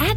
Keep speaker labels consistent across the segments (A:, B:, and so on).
A: At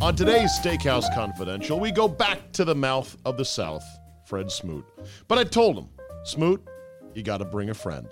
B: On today's Steakhouse Confidential, we go back to the mouth of the South, Fred Smoot. But I told him, Smoot, you got to bring a friend.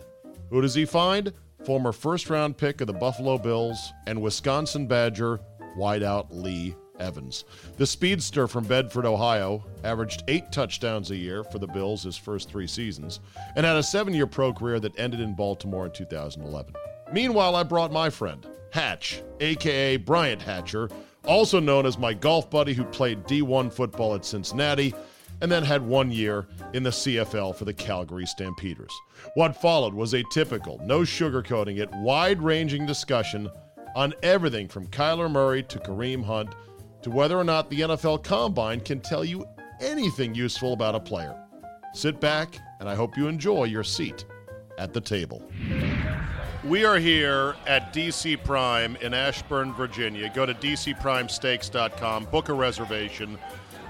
B: Who does he find? Former first round pick of the Buffalo Bills and Wisconsin Badger wideout Lee Evans. The speedster from Bedford, Ohio, averaged eight touchdowns a year for the Bills his first three seasons and had a seven year pro career that ended in Baltimore in 2011. Meanwhile, I brought my friend, Hatch, aka Bryant Hatcher, also known as my golf buddy who played D1 football at Cincinnati and then had one year in the CFL for the Calgary Stampeders. What followed was a typical, no sugarcoating it, wide ranging discussion on everything from Kyler Murray to Kareem Hunt to whether or not the NFL Combine can tell you anything useful about a player. Sit back, and I hope you enjoy your seat at the table. We are here at DC Prime in Ashburn, Virginia. Go to dcprimesteaks.com, book a reservation.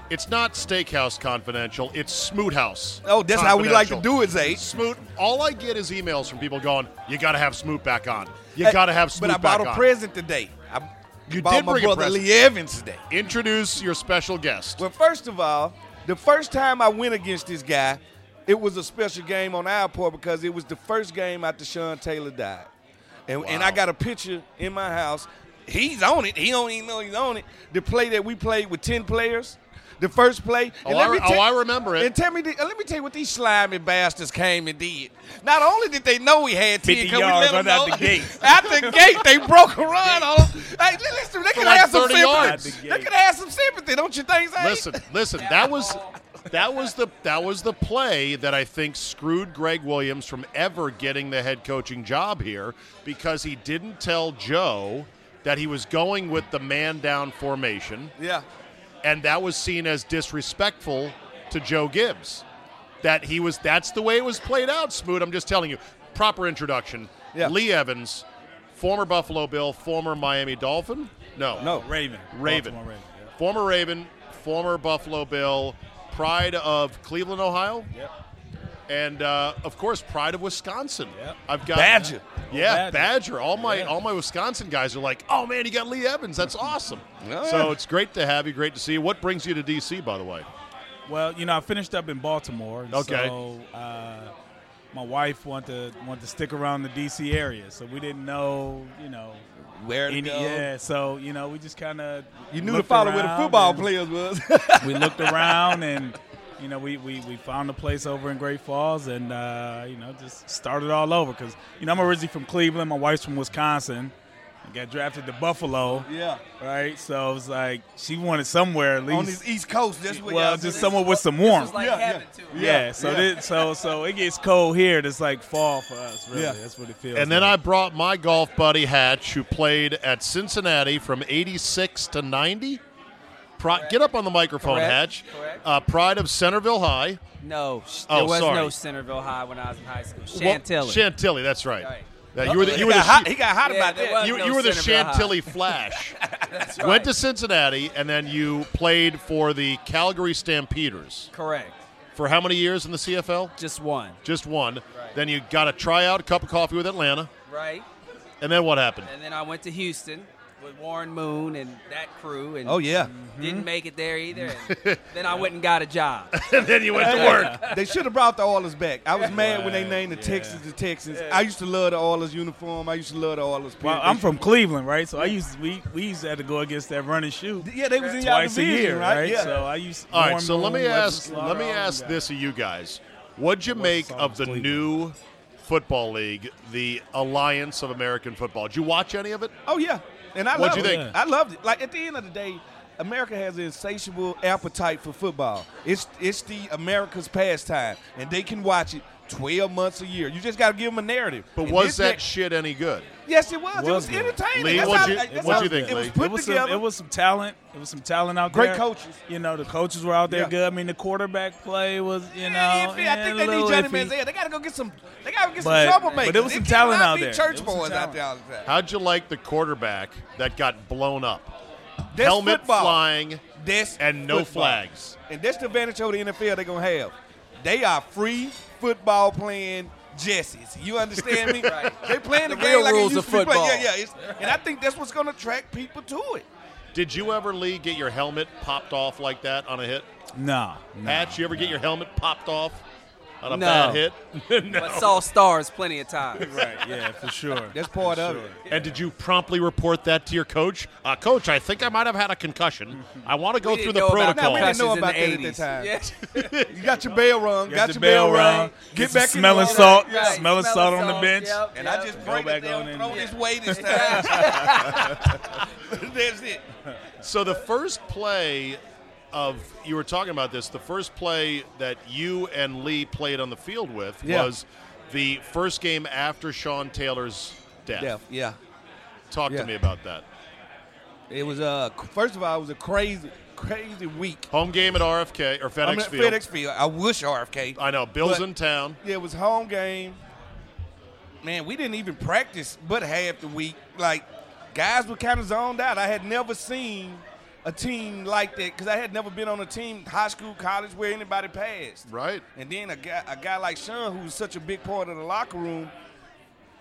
B: It's not Steakhouse Confidential, it's Smoot House.
C: Oh, that's how we like to do it, Zay.
B: Smoot, all I get is emails from people going, you got to have Smoot back on. You
C: Hey,
B: got to have Smoot
C: Eh, But I
B: back
C: bought a
B: on.
C: present today. I
B: You
C: bought
B: did
C: my
B: bring a
C: brother
B: present.
C: Lee Evans today.
B: Introduce your special guest.
C: Well, first of all, the first time I went against this guy, it was a special game on our part because it was the first game after Sean Taylor died. And, and I
B: Wow.
C: got a picture in my house. He's on it. He don't even know he's on it. The play that we played with 10 players. The first play.
B: Oh, I re- oh, I remember it.
C: And tell me, the- let me tell you what these slimy bastards came and did. Not only did they know we had 10,
D: 50
C: 'cause we
D: yards
C: let them
D: right out
C: know-
D: the gate.
C: out the gate, they broke a run on. 'em. Hey, listen, they could
B: like
C: have some
B: 30 yards.
C: sympathy.
D: Out the
C: They
D: gate.
C: could have some sympathy, don't you think? Zay?
B: Listen, listen. That was that was the that was the play that I think screwed Greg Williams from ever getting the head coaching job here because he didn't tell Joe that he was going with the man down formation,
C: Yeah.
B: and that was seen as disrespectful to Joe Gibbs. That he was that's the way it was played out, Smoot. I'm just telling you. Proper introduction.
C: Yeah.
B: Lee Evans, former Buffalo Bill, former Miami Dolphin. No,
C: No.
D: Raven.
B: Raven.
D: Baltimore Raven.
B: Former Raven, former Buffalo Bill, pride of Cleveland, Ohio,
D: Yep.
B: and uh, of course pride of Wisconsin.
D: Yep.
B: I've got
C: Badger.
B: Yeah,
D: Badger.
B: Badger. All my
D: Yeah.
B: all my Wisconsin guys are like, "Oh man, you got Lee Evans. That's awesome."
C: Yeah.
B: So it's great to have you. Great to see you. What brings you to DC, by the way?
D: Well, you know, I finished up in Baltimore. and
B: Okay.
D: So uh, my wife wanted to, wanted to stick around the D.C. area, so we didn't know, you know.
C: Where to
D: Any,
C: go.
D: yeah, so you know, we just kind of
C: You knew the follow where the football
D: and
C: players was.
D: We looked around and you know we, we, we found a place over in Great Falls and uh, you know just started all over because you know I'm originally from Cleveland, my wife's from Wisconsin, I got drafted to Buffalo,
C: yeah.
D: right? So it was like she wanted somewhere at least
C: On this East Coast, that's where
D: well,
C: y'all
D: just
C: sit.
D: someone with some warmth.
C: yeah, yeah, yeah,
D: yeah, so This, so so it gets cold here. It's like fall for us, really.
C: Yeah.
D: That's what it feels.
B: And then I
D: like.
B: brought my golf buddy Hatch, who played at Cincinnati from '86 to '90. Pro- get up on the microphone,
E: Correct.
B: Hatch.
E: Correct.
B: Uh, pride of Centerville High.
E: No, sh-
B: Oh,
E: there was
B: sorry.
E: no Centerville High when I was in high school.
B: Well,
E: Chantilly.
B: Chantilly, that's right.
E: Right.
B: That you were the,
C: He
B: you were the,
C: got hot, he got hot
E: Yeah,
C: about
E: there
C: that.
E: was
B: you,
E: no
B: you were the
E: Centerville High.
B: Chantilly Flash.
E: That's
B: Went
E: right.
B: to Cincinnati and then you played for the Calgary Stampeders
E: Correct.
B: for how many years in the CFL?
E: Just one.
B: Just one. Then you got a tryout, a cup of coffee with Atlanta,
E: Right.
B: and then what happened?
E: And then I went to Houston. with Warren Moon and that crew, and
C: Oh yeah.
E: didn't make it there either. And then I went and got a job.
B: and then you went to work.
C: They should have brought the Oilers back. I was mad when they named the Texans the Texans. I used to love the Oilers uniform. I used to love the Oilers.
D: Well,
C: pin.
D: I'm from Cleveland, right? So I used we we used to have to go against that run and shoot
C: Yeah, they was in y'all
D: twice a
C: division,
D: year, right?
C: Yeah.
D: So I used.
B: All right,
D: Warren
B: so let
D: Moon,
B: me
D: Lester
B: ask
D: Slaughter,
B: let me
D: all them
B: ask
D: guys.
B: this of you guys. What'd you
D: What's
B: make
D: the song
B: of the
D: Cleveland?
B: new football league, the Alliance of American Football? Did you watch any of it?
C: Oh yeah, and I
B: What'd
C: loved
B: you
C: it.
B: think?
C: I loved it. Like at the end of the day, America has an insatiable appetite for football. It's it's the America's pastime, and they can watch it twelve months a year. You just got to give them a narrative.
B: But
C: And
B: was
C: this
B: that
C: ne-
B: shit any good?
C: yes, it was. it
D: Was
C: was
D: good.
C: entertaining.
B: Lee,
C: That's
B: what'd
C: how-
B: you- what'd
C: that's how-
B: you think,
C: It was
B: Lee?
C: put
D: it was
C: together.
D: Some, it was some talent. It was some talent out
C: Great
D: there.
C: coaches.
D: You know, the coaches were out there
C: Yeah.
D: good. I mean, the quarterback play was, you know,
C: Yeah, iffy. I
D: eh,
C: think
D: a
C: they need
D: little
C: Johnny
D: iffy.
C: Manziel. They got to go get some. They got to get some
D: But-
C: troublemakers.
D: but it was some
C: It
D: talent
C: cannot
D: out
C: be
D: there. It was
C: Church
D: some
C: boys out
D: talent.
C: there all the time.
B: How'd you like the quarterback that got blown up?
C: That's
B: Helmet
C: football.
B: flying.
C: That's
B: and no
C: football.
B: flags.
C: And that's the advantage of the NFL they're gonna have. They are free football playing Jessies. You understand me?
E: Right.
C: They playing the,
E: The
C: game
E: real
C: like
E: rules
C: it
E: of
C: used to be played.
E: football.
C: Yeah, yeah. It's, and I think that's what's gonna attract people to it.
B: Did you ever, Lee, get your helmet popped off like that on a hit?
D: No, no.
B: Patch, you ever get your helmet popped off on a
E: No.
B: bad hit?
E: But saw stars plenty of times.
D: Right, yeah, for sure.
C: That's part of it.
B: And did you promptly report that to your coach? Uh, coach, I think I might have had a concussion. I want to go
E: We
B: through
E: didn't
B: the
E: know about
C: Now,
B: protocol.
C: we didn't know
E: concussions in
C: about
E: the
C: that at that
E: 80s.
C: You got your bell rung.
D: Got
C: got
D: the
C: your bell,
D: bell
C: rung.
D: rung. Get
C: Get
D: some
C: back in
D: smelling
C: the
D: salt.
C: water.
D: Salt, smelling salt on the bench.
C: And I just
D: Go
C: bring
D: back
C: it down,
D: on in.
C: throw
D: Yeah.
C: this way this time. That's it.
B: So the first play of you were talking about this. The first play that you and Lee played on the field with
C: Yeah.
B: was the first game after Sean Taylor's death.
C: Yeah, yeah.
B: Talk
C: Yeah.
B: to me about that.
C: It was uh first of all, it was a crazy, crazy week.
B: Home game at RFK or FedEx
C: I'm at
B: Field.
C: FedEx Field. I wish RFK.
B: I know Bill's
C: But-
B: in town.
C: Yeah, it was home game. Man, we didn't even practice but half the week. Like, guys were kind of zoned out. I had never seen a team like that because I had never been on a team, high school, college, where anybody passed.
B: Right.
C: And then a guy, a guy like Sean, who was such a big part of the locker room,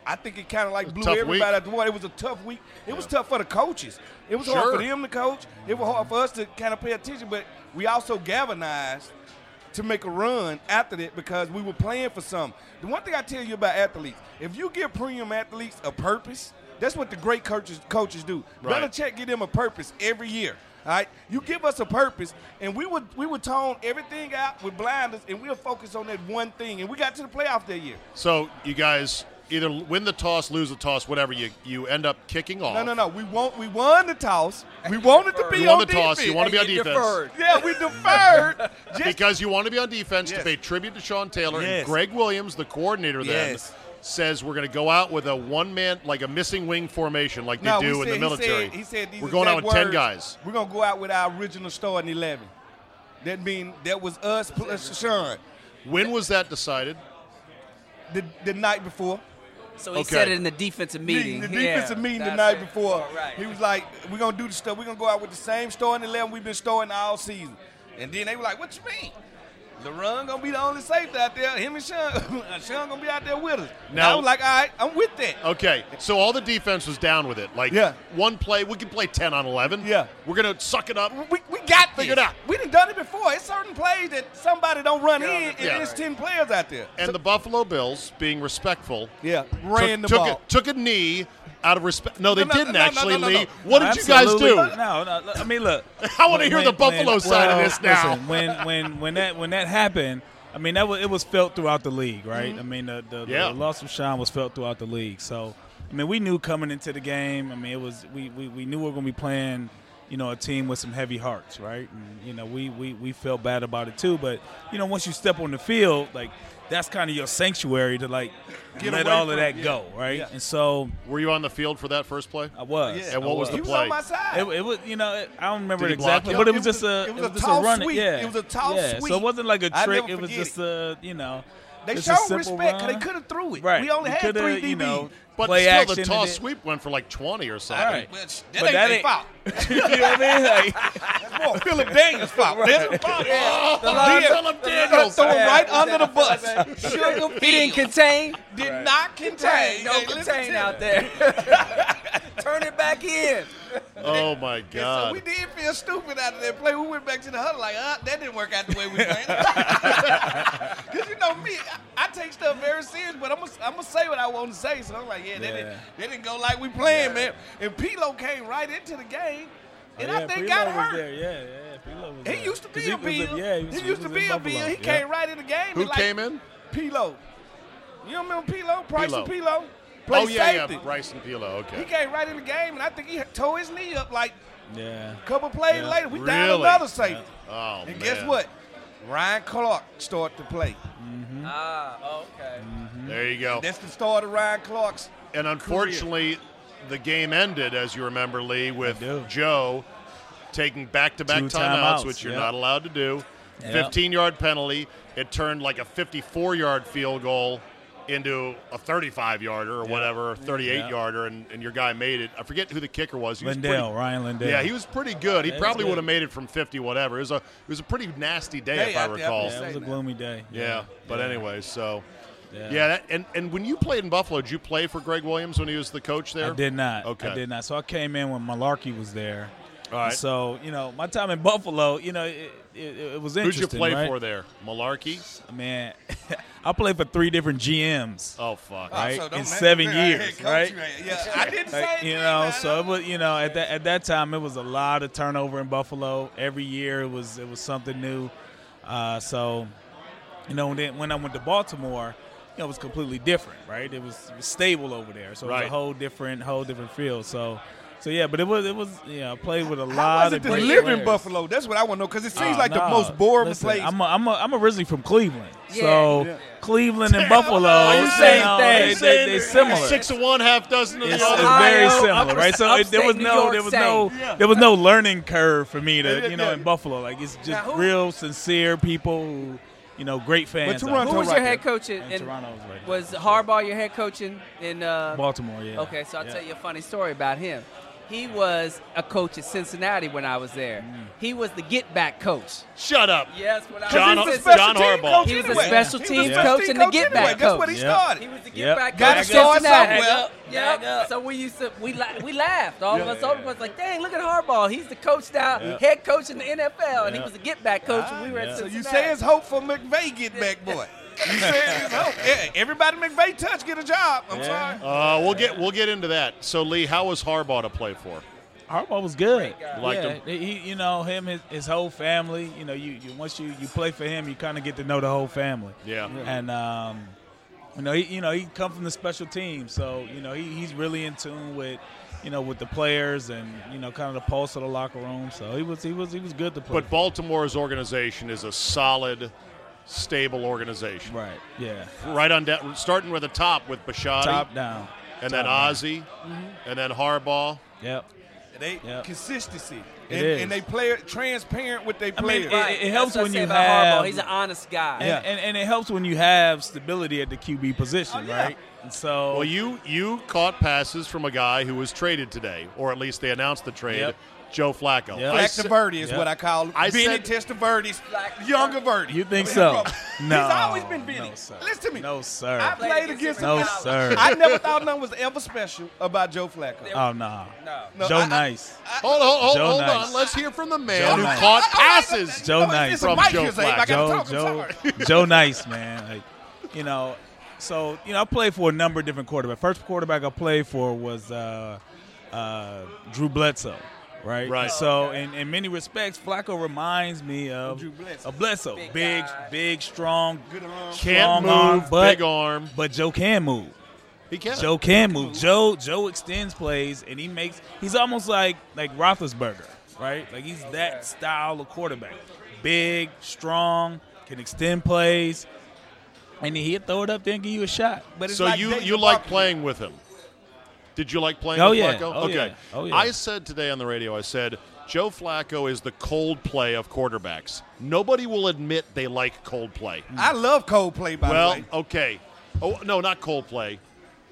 C: I think it kind of like
B: It
C: blew
B: was a tough
C: everybody
B: week.
C: out the water. It was a tough week. It was tough for the coaches. It was hard
B: Sure.
C: for them to coach. It was hard for us to kind of pay attention. But we also galvanized to make a run after that because we were playing for something. The one thing I tell you about athletes, if you give premium athletes a purpose, that's what the great coaches coaches do.
B: Right.
C: Belichick give them a purpose every year. All right, you give us a purpose, and we would we would tone everything out with blinders, and we'll focus on that one thing. And we got to the playoff that year.
B: So you guys either win the toss, lose the toss, whatever. You you end up kicking off.
C: No, no, no. We want we won the toss. We wanted to be
B: You
C: on
B: won the
C: defense.
B: toss. You want to be on
E: And you
B: defense
E: deferred.
C: Yeah, we deferred. Just
B: because you want to be on defense to
C: Yes.
B: pay tribute to Sean Taylor and
C: Yes.
B: Greg Williams, the coordinator. Then
C: Yes.
B: says we're going to go out with a one man, like a missing wing formation, like they
C: No,
B: do
C: we
B: in the
C: said- he said-
B: military.
C: He said, these
B: we're going out with
C: exact
B: ten
C: words.
B: guys.
C: We're gonna go out with our original starting eleven. That mean that was us plus Sean
B: When was that decided?
C: the, the night before.
E: So he
B: Okay.
E: said it in the defensive meeting.
C: The
E: Yeah,
C: defensive meeting the
E: that's
C: night
E: it.
C: before.
E: Oh, right.
C: He was like, we're gonna do the stuff. We're gonna go out with the same starting eleven we've been starting all season. And then they were like, What you mean? LaRon gonna be the only safety out there. Him and Sean, Sean gonna be out there with us. And I
B: Now- Uh,
C: was like, all right, I'm with that.
B: Okay, so all the defense was down with it. Like
C: Yeah.
B: one play, we can play ten on eleven.
C: Yeah.
B: we're going to suck it up.
C: we, we got this.
B: Figured out.
C: We done done it before. It's certain plays that somebody don't run in, and
B: Yeah.
C: there's ten players out there.
B: And the Buffalo Bills, being respectful,
C: Yeah,
B: took,
C: ran the
B: took
C: ball.
B: A, took a knee out of respect. No, they
C: No, no,
B: didn't
C: no, no,
B: actually,
C: no, no, no.
B: Lee. What did you guys do?
D: No, no. look, I mean, look.
B: I wanna hear the Buffalo side of
D: well,
B: this now.
D: Listen, when when when that when that happened, I mean that was, it was felt throughout the league, right? I mean the the,
B: Mm-hmm. Yeah.
D: the loss of Sean was felt throughout the league. So I mean we knew coming into the game. I mean it was we we, we knew we were going to be playing. You know, a team with some heavy hearts, right? And, you know, we, we we felt bad about it too. But you know, once you step on the field, like that's kind of your sanctuary to like
C: Get
D: let
C: away
D: all
C: from-
D: of that
C: yeah.
D: go, right?
C: Yeah.
D: And so
B: Were you on the field for that first play?
D: I was.
B: And
C: Yeah.
D: I
B: what was
D: was
B: the
C: He was
B: play?
C: on my side.
D: It, it was, you know, it, I don't remember
B: Did
D: it
B: he block
D: exactly,
B: you?
D: but it
C: It
D: was
C: was
D: just
C: a-
D: a,
C: it was a
D: just
C: tall
D: running-
C: sweep.
D: Yeah.
C: It was a tall
D: yeah.
C: sweep.
D: So it wasn't like a
C: I'll
D: trick.
C: never
D: It was
C: forget
D: just a, you know,
C: They
D: just a
C: showed
D: simple
C: respect because they
D: run.
C: could have threw it.
D: Right.
C: We only
D: You
C: had
D: coulda,
C: three DBs.
D: You know,
B: But
D: play
B: still,
D: action
B: the
D: and
B: toss
D: it-
B: sweep went for like twenty or something.
D: All right.
C: Well, sh-
D: But
C: that
D: that
C: ain't their
D: ain't-
C: fault.
D: you know what I mean? Like,
C: That's more Philip Daniels' fault. That's the fault.
B: Oh,
E: Lions-
B: Philip
C: Throw
B: Daniels.
C: him right
E: Yeah.
C: under the bus. Sugar
E: He didn't contain.
C: did not contain.
E: no
C: Hey, listen
E: contain
C: to
E: out there. turn it back in.
B: Oh my
C: So we
B: God.
C: did feel stupid after that play. We went back to the huddle like, uh, that didn't work out the way we planned. Because you know me, I, I take stuff very serious, but I'm gonna I'm gonna say what I want to say. So I'm like, yeah, that, Didn't,
D: Yeah.
C: that didn't go like we planned, man. And Pilo came right into the game, and
D: yeah,
C: I think
D: Pilo
C: got
D: was
C: hurt.
D: There. Yeah, yeah, Pilo was
C: He
D: there.
C: used to
D: 'Cause
C: be a
D: was
C: bill.
D: yeah,
C: he,
D: was-
C: used to
D: was
C: be
D: in
C: a
D: Buffalo.
C: bill. He
D: Yeah.
C: came right in the game.
B: Who
C: and, like,
B: came in?
C: Pilo. You don't remember Pilo? Bryson
B: Pilo.
C: Pilo. Play
B: Oh yeah,
C: safety.
B: yeah, Bryson Pilo.
C: He
B: Okay.
C: came right in the game, and I think he tore his knee up like
D: Yeah.
C: a couple plays
D: Yeah.
C: later. We down
B: Really?
C: another safety.
B: Oh man.
C: And guess what? Ryan Clark started to play.
D: Mm-hmm.
E: Ah, okay.
B: There you go.
C: That's the start of Ryan Clark's.
B: And unfortunately, the game ended, as you remember, Lee, with
D: do.
B: Joe taking back to back
D: Two
B: timeouts,
D: timeouts,
B: which you're
D: yeah.
B: not allowed to do.
D: Yeah.
B: 15 yard penalty. It turned like a 54 yard field goal into a 35 yarder or whatever, or 38
D: Yeah.
B: yarder, and, and your guy made it. I forget who the kicker was. He was
D: Lindell,
B: pretty-
D: Ryan Lindell.
B: Yeah, he was pretty good. He
D: Yeah, he was
B: probably
D: good.
B: would have made it from 50, whatever. It was a, it was a pretty nasty day,
C: Hey,
B: if I
C: I- I-
B: recall.
D: Yeah, it was a
C: now.
D: gloomy day.
B: Yeah, but anyway, so yeah,
D: Yeah.
B: that, and and when you played in Buffalo, did you play for Greg Williams when he was the coach there?
D: I did not.
B: Okay.
D: I did not. So I came in when Malarkey was there.
B: All right.
D: So you know, my time in Buffalo, you know, it, it, it was
B: Who'd
D: interesting.
B: you play
D: right?
B: for there? Malarkey.
D: Man, I played for three different GMs.
B: Oh fuck!
D: Right.
C: So don't
D: in
C: mess
D: seven
C: with me. I had
D: years,
C: coach
D: right?
C: Ray. Yeah, I didn't say
D: Like, you
C: anything,
D: know,
C: man.
D: so it was, you know, at that at that time it was a lot of turnover in Buffalo. Every year it was it was something new. Uh, so, you know, then when I went to Baltimore, you know, it was completely different, right? It was, it was stable over there, so it was
B: Right.
D: a whole different whole different field. So, so yeah, but it was it was you know, I played with a
C: How
D: lot
C: was it
D: of
C: to
D: great
C: live
D: players.
C: in Buffalo? That's what I want to know because it seems
D: Oh,
C: like the
D: no.
C: most boring
D: Listen,
C: place.
D: I'm a, I'm a, I'm originally from Cleveland, so Cleveland and Buffalo,
B: Oh,
D: you
E: same
D: know,
E: thing.
D: they, they, they similar.
B: Six of one, half dozen of
D: It's,
B: the
D: it's
B: other.
E: Ohio,
D: very similar,
E: upper-
D: right? So it, there was
E: upstate New
D: no,
E: York
D: there was
E: same.
D: no, there was no learning curve for me to, you know, in Buffalo. Like it's just
E: who-
D: real sincere people, who, you know, great fans. out
C: Toronto
E: Who
D: there.
E: was
C: right
E: your
C: there.
E: head coach in,
D: And
E: in-
D: Toronto was right there.
E: was Harbaugh your head coach in, in uh,
D: Baltimore, yeah.
E: Okay, so I'll
D: Yeah.
E: tell you a funny story about him. He was a coach at Cincinnati when I was there.
D: Mm.
E: He was the get back coach.
B: Shut up.
E: Yes, when I
B: John,
E: was in
C: special
B: John
C: team
B: Harbaugh.
C: coach.
E: He was a
C: anyway.
E: special
C: He was a
E: team
C: special
E: coach
C: team
E: and the get
C: anyway.
E: back
C: That's what
E: coach.
C: he
D: Yeah.
C: started.
E: He was the get
D: Yep.
E: back
C: Gotta
E: coach.
C: start
E: Cincinnati.
C: somewhere.
E: Yep. Yep. So we used to we la- we laughed. All of us older ones like, dang, look at Harbaugh. He's the coach now, head coach in the NFL, and he
D: Yeah.
E: was a get back coach when we were at
C: So
E: Cincinnati.
C: you say it's hope for McVay get back, boy. You say it's hope. Yeah, everybody McVay touch get a job. I'm
D: Yeah.
C: sorry.
B: Uh, we'll get we'll get into that. So Lee, how was Harbaugh to play for?
D: Harbaugh was good.
E: guy.
B: Liked
D: yeah,
B: him.
D: He, he- you know, him, his, his whole family. You know, you, you once you, you play for him, you kind of get to know the whole family.
B: Yeah. Yeah.
D: And um, you know, he, you know, he come from the special team, so you know, he, he's really in tune with, you know, with the players and you know, kind of the pulse of the locker room. So he was, he was, he was good to play.
B: But Baltimore's organization is a solid, stable organization.
D: for. right, yeah,
B: Right on, down, starting with the top with Bashadi,
D: top down,
B: and then
D: Top down. Mm-hmm.
B: Ozzie, and then Harbaugh.
D: Yep.
C: They
D: Yeah.
C: consistency
D: It
C: and,
D: is.
C: and they play transparent with their
D: I mean,
C: players.
D: it- it-
E: That's
D: helps
E: what I
D: when
E: say
D: you
E: about
D: have-
E: Harbaugh. He's an honest guy.
D: And, and, and it helps when you have stability at the QB position,
C: Oh, yeah.
D: right? And so
B: Well, you you caught passes from a guy who was traded today, or at least they announced the trade,
D: Yep.
B: Joe Flacco.
D: Yep.
B: I
D: Flacco
C: Black
B: said-
C: Verdi is
D: yeah.
C: what I call him.
B: I
C: Benny
B: said-
C: Testaverde's
E: Black-
C: younger Verdi.
D: You think so? No.
C: He's always been Benny.
D: No, sir.
C: Listen to me.
D: No, sir.
C: I played against
D: No,
C: him.
D: sir.
C: I never thought nothing was ever special about Joe Flacco.
D: oh no.
E: No.
C: No,
D: Joe
C: I- I-
D: Nice.
B: hold on, hold,
D: Joe
B: hold
D: Nice.
B: on. Let's hear from the man
D: Joe
B: who
D: Nice.
B: caught passes.
D: Joe
C: Oh, it's
D: Nice.
C: just
B: From
C: Mike
B: Joe
C: here saying, I gotta
D: Joe,
C: talk, I'm
D: Joe,
C: sorry.
D: Joe Nice, man. Like, you know, so you know, I played for a number of different quarterbacks. First quarterback I played for was uh, uh, Drew Bledsoe. Right,
B: Right.
D: So, in, in many respects, Flacco reminds me of
C: Oh, Drew Bledsoe.
D: of Bledsoe.
E: Big
D: Big,
E: guy.
D: big, strong,
C: Good arm.
B: Can't
D: strong arm,
B: move,
D: but,
B: big arm.
D: But Joe can move.
B: He can.
D: Joe can move. Joe Joe extends plays and he makes. He's almost like like Roethlisberger, right? Like he's that style of quarterback, big, strong, can extend plays, and he'll throw it up there and give you a shot.
C: But it's
B: so
C: like
B: you
C: David
B: you like
C: Buckley.
B: playing with him? Did you like playing
D: Oh,
B: with
D: yeah.
B: Flacco?
D: Oh,
B: okay.
D: yeah. Oh, yeah.
B: I said today on the radio, I said Joe Flacco is the cold play of quarterbacks. Nobody will admit they like cold play.
C: I love Coldplay, by
B: Well,
C: the way.
B: okay. Oh no, not Coldplay.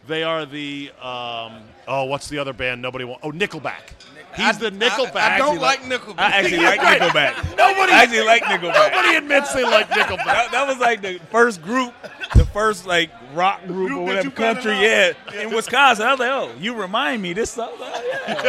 B: They are the um, oh, what's the other band? Nobody wants. Oh, Nickelback. He's the Nickelback.
C: I, I don't
D: Actually,
C: like
D: like-
C: Nickelback.
D: I actually like Nickelback.
B: Nobody,
D: I actually like Nickelback.
B: nobody admits they like Nickelback.
D: that, that was like the first group, the first like rock group,
C: Group
D: or
C: that
D: whatever
C: you found
D: country,
C: out.
D: yeah, in Wisconsin. I was like, oh, you remind me this stuff. Oh, yeah,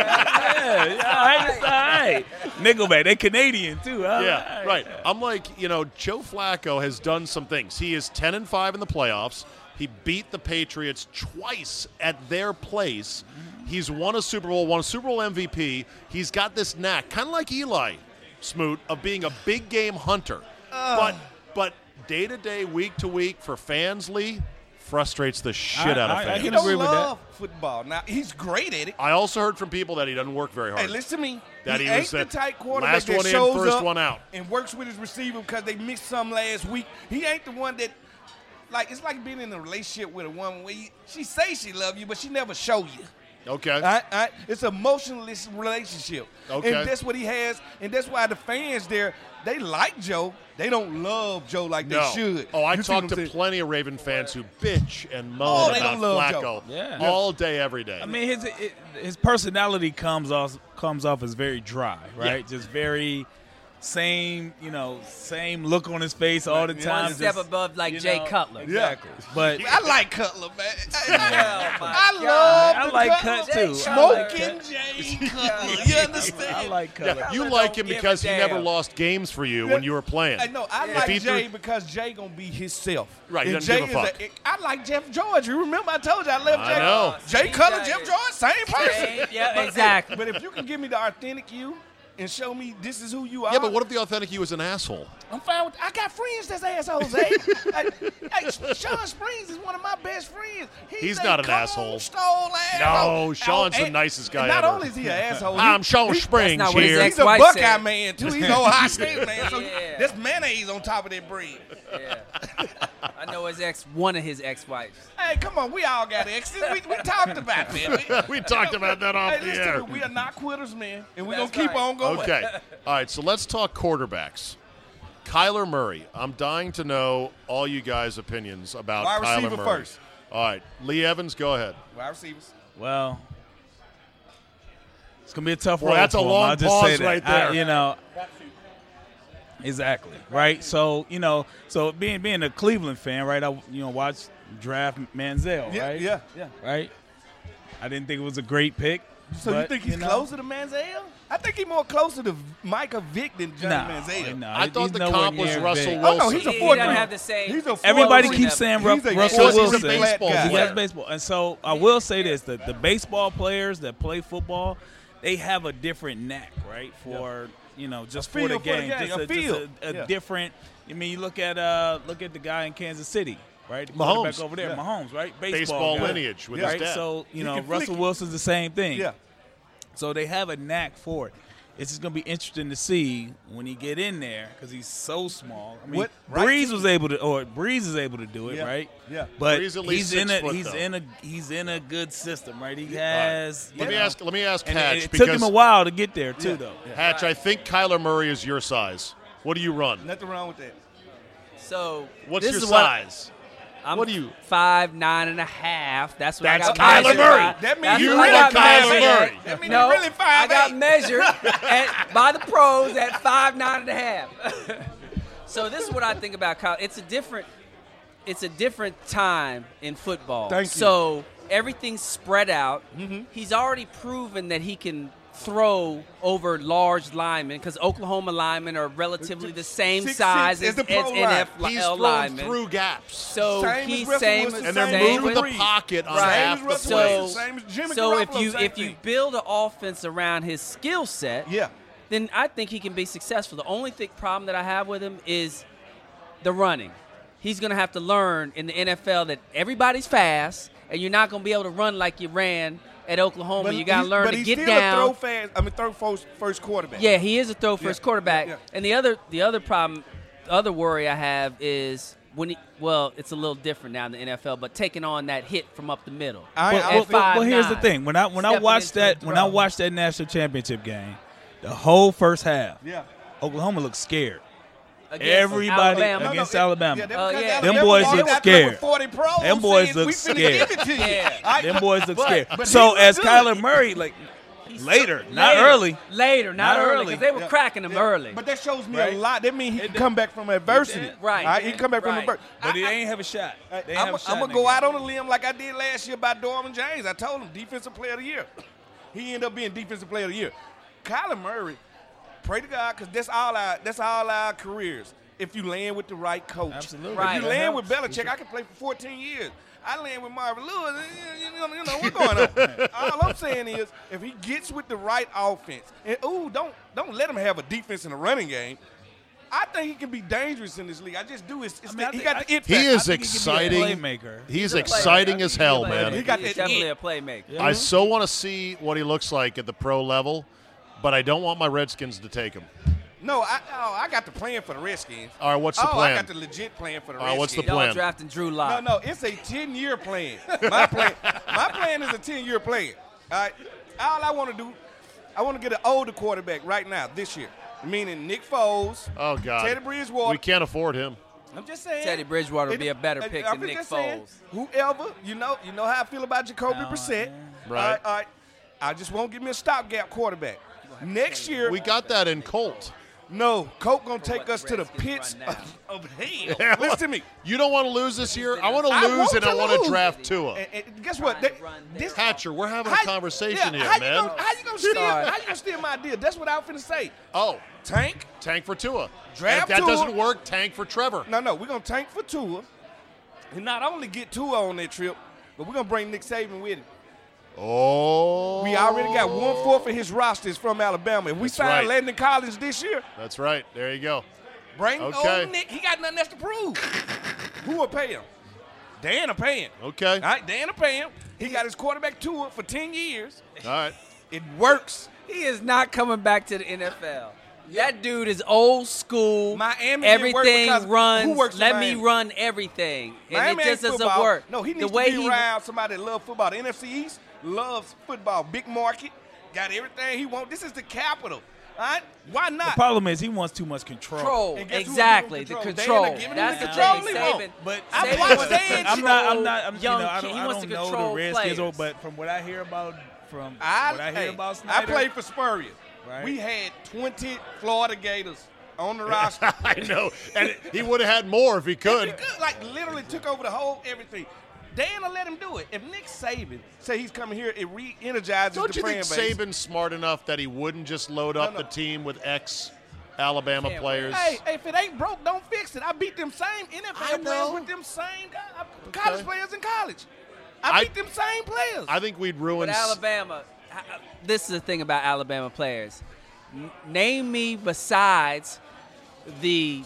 D: yeah, yeah, all right, it's all right. Nickelback, they Canadian too. All
B: Yeah, right. I'm like, you know, Joe Flacco has done some things. He is 10 and 5 in the playoffs. He beat the Patriots twice at their place. He's won a Super Bowl, won a Super Bowl MVP. He's got this knack, kind of like Eli Smoot, of being a big game hunter. But but day to day, week to week, for fans, Lee, frustrates the shit
D: I-
B: out of
D: I- I
B: fans.
D: can
C: He
D: agree
C: don't
D: with that.
C: love football. Now he's great at it.
B: I also heard from people that he doesn't work very hard.
C: Hey, listen to me.
B: That
C: he,
B: he
C: ain't
B: was
C: the
B: that
C: tight quarterback
B: last
C: that
B: one in,
C: shows
B: first
C: up
B: one out.
C: and works with his receiver because they missed some last week. He ain't the one that, like, it's like being in a relationship with a woman where you, she say she love you, but she never show you.
B: Okay.
C: All right, all right? It's an emotionless relationship.
B: Okay.
C: And that's what he has, and that's why the fans there, they like Joe. They don't love Joe like
B: No.
C: they should.
B: Oh, I
C: You see
B: talked
C: what
B: to
C: I'm saying?
B: plenty of Raven fans who bitch and
C: Oh,
B: moan
C: they
B: about
C: don't love Joe.
B: Flacco
D: Yeah.
B: all day, every day.
D: I mean, his it, his personality comes off comes off as very dry, right? Just very same, you know, same look on his face all the time.
E: One step
D: just,
E: above like
D: you
E: Jay
D: know,
E: Cutler.
C: Exactly.
D: But
C: I like Cutler, man.
E: Oh, my
C: I
E: God.
C: love
D: I
C: the
D: like
C: Cutler.
D: Cut too.
C: Smoking Jay Cutler. You understand?
D: I like Cutler.
B: yeah, you
E: Cutler
B: like
E: don't
B: him
E: give
B: because
E: a
B: he never
E: damn.
B: lost games for you when you were playing.
C: I know. I
B: If
C: like
B: he
C: Jay
B: threw-
C: because Jay gonna be himself.
B: Right, he
C: And
B: doesn't
C: Jay
B: give a
C: is
B: fuck.
C: I like Jeff George. You remember I told you I left
B: I
C: Jay.
B: know.
C: Jay
E: Same
C: Cutler,
E: guy.
C: Jeff George, same person.
E: Same- yeah, exactly.
C: But if you can give me the authentic you and show me this is who you are,
B: Yeah, but what if the authentic you was an asshole?
C: I'm fine with. I got friends that's assholes. Hey, hey, hey, Sean Springs is one of my best friends.
B: He's
C: a
B: not an
C: cold,
B: asshole.
C: Stole asshole.
B: No, Sean's the
C: and-
B: nicest guy
C: and Not
B: ever.
C: only is he an asshole, he-
B: I'm Sean Springs
E: not what his
B: here.
E: ex-
C: He's a
E: White
C: Buckeye
E: said.
C: man too. He's an Ohio State man. So
E: Yeah.
C: there's mayonnaise on top of that bread.
E: I know his ex, one of his ex-wives.
C: Hey, come on, we all got exes. We, we talked about that.
B: we talked about that off
C: hey,
B: the
C: listen
B: air.
C: to me. We are not quitters, man, and we're gonna
E: That's
C: keep
E: right.
C: on going.
B: Okay. All right, so let's talk quarterbacks. Kyler Murray. I'm dying to know all you guys' opinions about
C: Wide
B: Kyler
C: receiver
B: Murray.
C: first.
B: All right, Lee Evans, go ahead.
D: Uh,
C: Wide receivers.
D: Well, it's gonna be a tough
B: Boy,
D: road
B: that's a
D: for him,
B: long
D: I'll just say
B: pause
D: that.
B: right
D: I-
B: there.
D: you know, exactly right. So you know, so being being a Cleveland fan, right? I you know watched draft Manziel,
C: Yeah,
D: right?
C: yeah, yeah.
D: right. I didn't think it was a great pick.
C: So you
D: but,
C: think he's
D: know,
C: closer to Manziel? I think he's more closer to Micah Vick than Johnny
D: No,
C: Manziel.
D: no,
B: I thought
D: he's
B: the
D: nowhere
B: comp was
D: near
B: Russell
D: big.
C: Oh no,
B: Wilson.
C: he's a
E: He
C: four.
E: doesn't have the same-
C: He's a four
D: Everybody
E: Well,
D: keeps
E: we-
D: saying Ru-
C: He's a-
D: Russell
C: Well, he's a
D: Wilson.
C: baseball
D: He
C: player.
D: does baseball. And so I will say this that the baseball players that play football, they have a different knack, right? For you know, just
C: A
D: for
C: feel
D: the
C: for the
D: game.
C: game,
D: Just
C: a
D: just
C: feel.
D: a, a
C: Yeah.
D: different I mean you look at uh look at the guy in Kansas City, right? The
B: Mahomes.
D: quarterback over there,
C: Yeah.
D: Mahomes, right?
B: Baseball
D: guy,
B: lineage with
C: Yeah.
B: his
D: Right?
B: dad.
D: So, you
C: He
D: know,
C: can flick
D: Russell
C: it.
D: Wilson's the same thing.
C: Yeah.
D: So they have a knack for it. It's just gonna be interesting to see when he get in there because he's so small. I mean,
C: What- right.
D: Breeze was able to, or Breeze is able to do it,
C: Yeah.
D: right?
C: Yeah.
D: but
B: Breeze at least
D: he's in
B: six
D: a
B: foot,
D: he's
B: though.
D: in a he's in a good system, right? He
B: right.
D: has. you
B: Let me
D: know,
B: ask. Let me ask
D: and
B: Hatch
D: it, it
B: because
D: took him a while to get there too, though.
B: Hatch, I think Kyler Murray is your size. What do you run?
C: Nothing wrong with that.
E: So
B: What's
E: this
B: your
E: is what I-
B: size?
E: I'm
B: What are you?
E: Five nine and a half. That's what
B: That's
E: I
B: Kyler
E: got measured
B: Murray.
E: by.
C: That means
E: That's
C: you
E: what I
C: really
E: got
C: Kyler
E: measured
B: Murray.
E: at.
C: That means
E: no,
C: you really
E: I got
C: 5'8".
E: measured at, by the pros at five nine and a half. so this is what I think about Kyle. It's a different. It's a different time in football.
C: Thank you. Mm-hmm.
E: So everything's spread out. He's already proven that he can throw over large linemen because Oklahoma linemen are relatively the same
C: Six,
E: size
C: six
E: as,
C: is the
E: as
C: pro line.
E: NFL
B: He's thrown
E: linemen.
B: through gaps,
E: So
C: Same as
E: he's
C: Russell
E: same
C: Wilson,
B: and they're
C: same
E: same
B: moved
C: as
B: with the
C: Reed.
B: pocket on
C: Same
E: Right.
B: half
C: as
B: the
C: Russell
E: so,
C: Wilson,
B: plays.
C: same as Jimmy
E: so if
C: Garoppolo,
E: you
C: same
E: if you
C: thing.
E: build an offense around his skill set,
C: Yeah.
E: then I think he can be successful. The only thick problem that I have with him is the running. He's going to have to learn in the NFL that everybody's fast, and you're not going to be able to run like you ran at Oklahoma. you got to
C: he's-
E: learn
C: but
E: to
C: he's
E: get
C: still
E: down.
C: A throw fast. I mean, throw first, first quarterback.
E: Yeah, he is a throw first
C: Yeah,
E: quarterback.
C: yeah.
E: And the other the other problem, the other worry I have is when he well, it's a little different now in the NFL, but taking on that hit from up the middle.
C: I-
E: At
C: I
D: well,
C: think-
D: well, well, here's the
E: 5'9".
D: thing. When I when I
E: Stepping
D: watched
E: into
D: that
E: the
D: when I
E: throne.
D: watched that national championship game, the whole first half,
C: Yeah.
D: Oklahoma looked scared.
E: Against
D: Everybody
E: Alabama.
D: against-
C: it-
D: Alabama.
C: Yeah,
E: Oh,
C: because
E: yeah.
C: Alabama
D: Them boys
C: walked
D: look
C: out there with
D: scared.
C: 40 pros
D: Them boys
C: saying,
D: look
C: we finna
D: scared.
C: Give it to you.
E: Yeah.
C: I-
D: Them boys look
C: but-
D: scared.
C: but he
D: so
C: looked
D: as
C: good.
D: Kyler Murray, like later, not
E: Later.
D: early.
E: Later, not,
D: Not
E: early.
D: early.
E: 'cause they were
C: Yeah.
E: cracking them
C: Yeah,
E: early.
C: But that shows me
D: Right.
C: a lot. That means he can come back from adversity.
E: Right.
C: All He can come back
E: Right.
C: from adversity.
D: But he ain't have a shot. They ain't
C: I'm
D: have a shot in
C: gonna
D: that
C: go
D: game.
C: out on a limb like I did last year by Dorman James. I told him defensive player of the year. He ended up being defensive player of the year. Kyler Murray, pray to God, because that's all our that's all our careers. If you land with the right coach,
D: Absolutely.
E: Right.
C: If you
E: That
C: land with
D: helps.
C: Belichick, I can play for 14 years. I land with Marvin Lewis. eh, You know, you know what's going on. all I'm saying is, if he gets with the right offense, and ooh, don't don't let him have a defense in the running game. I think he can be dangerous in this league. I just do. It's, it's
D: I mean,
C: the-
D: I
C: he
D: think-
C: got
D: I-
C: the it
B: He
C: factor.
B: is
D: think he can be a
B: exciting.
D: playmaker.
B: He's
E: He's a
B: exciting
E: player.
B: as hell,
E: He's a
B: man.
E: playmaker.
C: He got
E: He's
C: that
E: definitely
C: it.
E: a playmaker.
B: I so want to see what he looks like at the pro level, but I don't want my Redskins to take him.
C: No, I oh, I got the plan for the Redskins.
B: All right, what's the
C: oh,
B: plan?
C: I got the legit plan for the
B: All
C: Redskins.
B: right, what's the
E: Y'all
B: plan?
E: drafting Drew Lock.
C: No, no, it's a ten year plan. My plan, my plan is a ten year plan. All right, all I want to do, I want to get an older quarterback right now this year, meaning Nick Foles.
B: Oh God,
C: Teddy Bridgewater.
B: We can't afford him.
C: I'm just saying.
E: Teddy Bridgewater would
C: It-
E: be a better
C: I'm
E: pick than
C: just
E: Nick
C: saying,
E: Foles.
C: Whoever, you know, you know how I feel about Jacoby
D: Oh,
C: Brissett.
D: yeah.
B: Right.
C: All right, all right. I just won't give me a stopgap quarterback. Next year,
B: We got that in Colt.
C: no, Coke gonna take
E: what the
C: us to the
E: Redskins
C: pits
E: run now.
C: of, of hell. Listen to me.
B: You don't want to lose this year. I want to
C: I
B: lose,
C: want
B: and
C: to
B: I want to
C: lose.
B: draft Tua.
C: And, and guess what?
E: Trying to
C: They-
E: run
C: this
B: Hatcher, we're having a
C: how-
B: conversation
C: yeah,
B: here,
C: how
B: man.
C: You gonna, how you gonna steal?
E: Sorry.
C: How you gonna steal my idea? That's what I was finna say.
B: oh,
C: Tank?
B: tank for Tua.
C: Draft
B: if that
C: Tua.
B: doesn't work, tank for Trevor.
C: No, no, we're gonna tank for Tua, and not only get Tua on that trip, but we're gonna bring Nick Saban with him.
B: Oh,
C: We already got one fourth of his roster is from Alabama. If we
B: That's
C: sign
B: right.
C: Landon Collins this year,
B: That's right. There you go.
C: bring
B: Okay.
C: old Nick. He got nothing else to prove. Who will pay him? Dan will pay him.
B: Okay.
C: All right, Dan will pay him. He got his quarterback Tua for ten years.
B: All right.
C: It works.
E: He is not coming back to the NFL. That dude is old school.
C: Miami didn't work
E: everything
C: because- who
E: runs.
C: works in
E: let
C: Miami?
E: me run everything, and
C: Miami
E: it just
C: ain't
E: doesn't
C: football.
E: work.
C: No, he needs
E: the way
C: to be
E: he,
C: around somebody that loves football. The NFC East loves football. Big market, got everything he wants. This is the capital. All right? Why
D: The
C: not?
D: problem is he wants too much control.
E: Control
C: And guess who
E: exactly
C: giving him
E: the
C: control?
E: control.
C: They ain't giving him
E: That's
C: the
E: the
C: control
E: thing.
C: he
E: Saban,
C: want.
D: But
C: I'm
E: Saban
C: watching
E: wants
C: Dan
E: to
D: I'm not. I'm not. I'm, you
E: young
D: know, I
E: kid.
D: don't,
E: He
D: I
E: wants
D: don't
E: to
D: know
E: control
D: the Redskins,
E: players.
D: but from what I hear about from
C: I,
D: what I hear
C: hey,
D: about
C: I
D: Snyder,
C: played for Spurrier.
D: Right.
C: We had 20 Florida Gators on the roster.
B: I know. And he would have had more if he could.
C: Good, Like literally took over the whole everything. Dan will let him do it. If Nick Saban say he's coming here, it re-energizes
B: Don't
C: the
B: you
C: fan
B: think
C: base.
B: Saban's smart enough that he wouldn't just load up
C: no.
B: the team with ex Alabama
E: Can't
B: players?
C: Hey, hey, if it ain't broke, don't fix it. I beat them same
B: I
C: NFL
B: know.
C: players with them same guy- I-
B: Okay.
C: college players in college. I,
B: I-
C: beat them same players.
B: I think we'd ruin
E: But
B: s-
E: Alabama, I- I- this is the thing about Alabama players. N- Name me besides the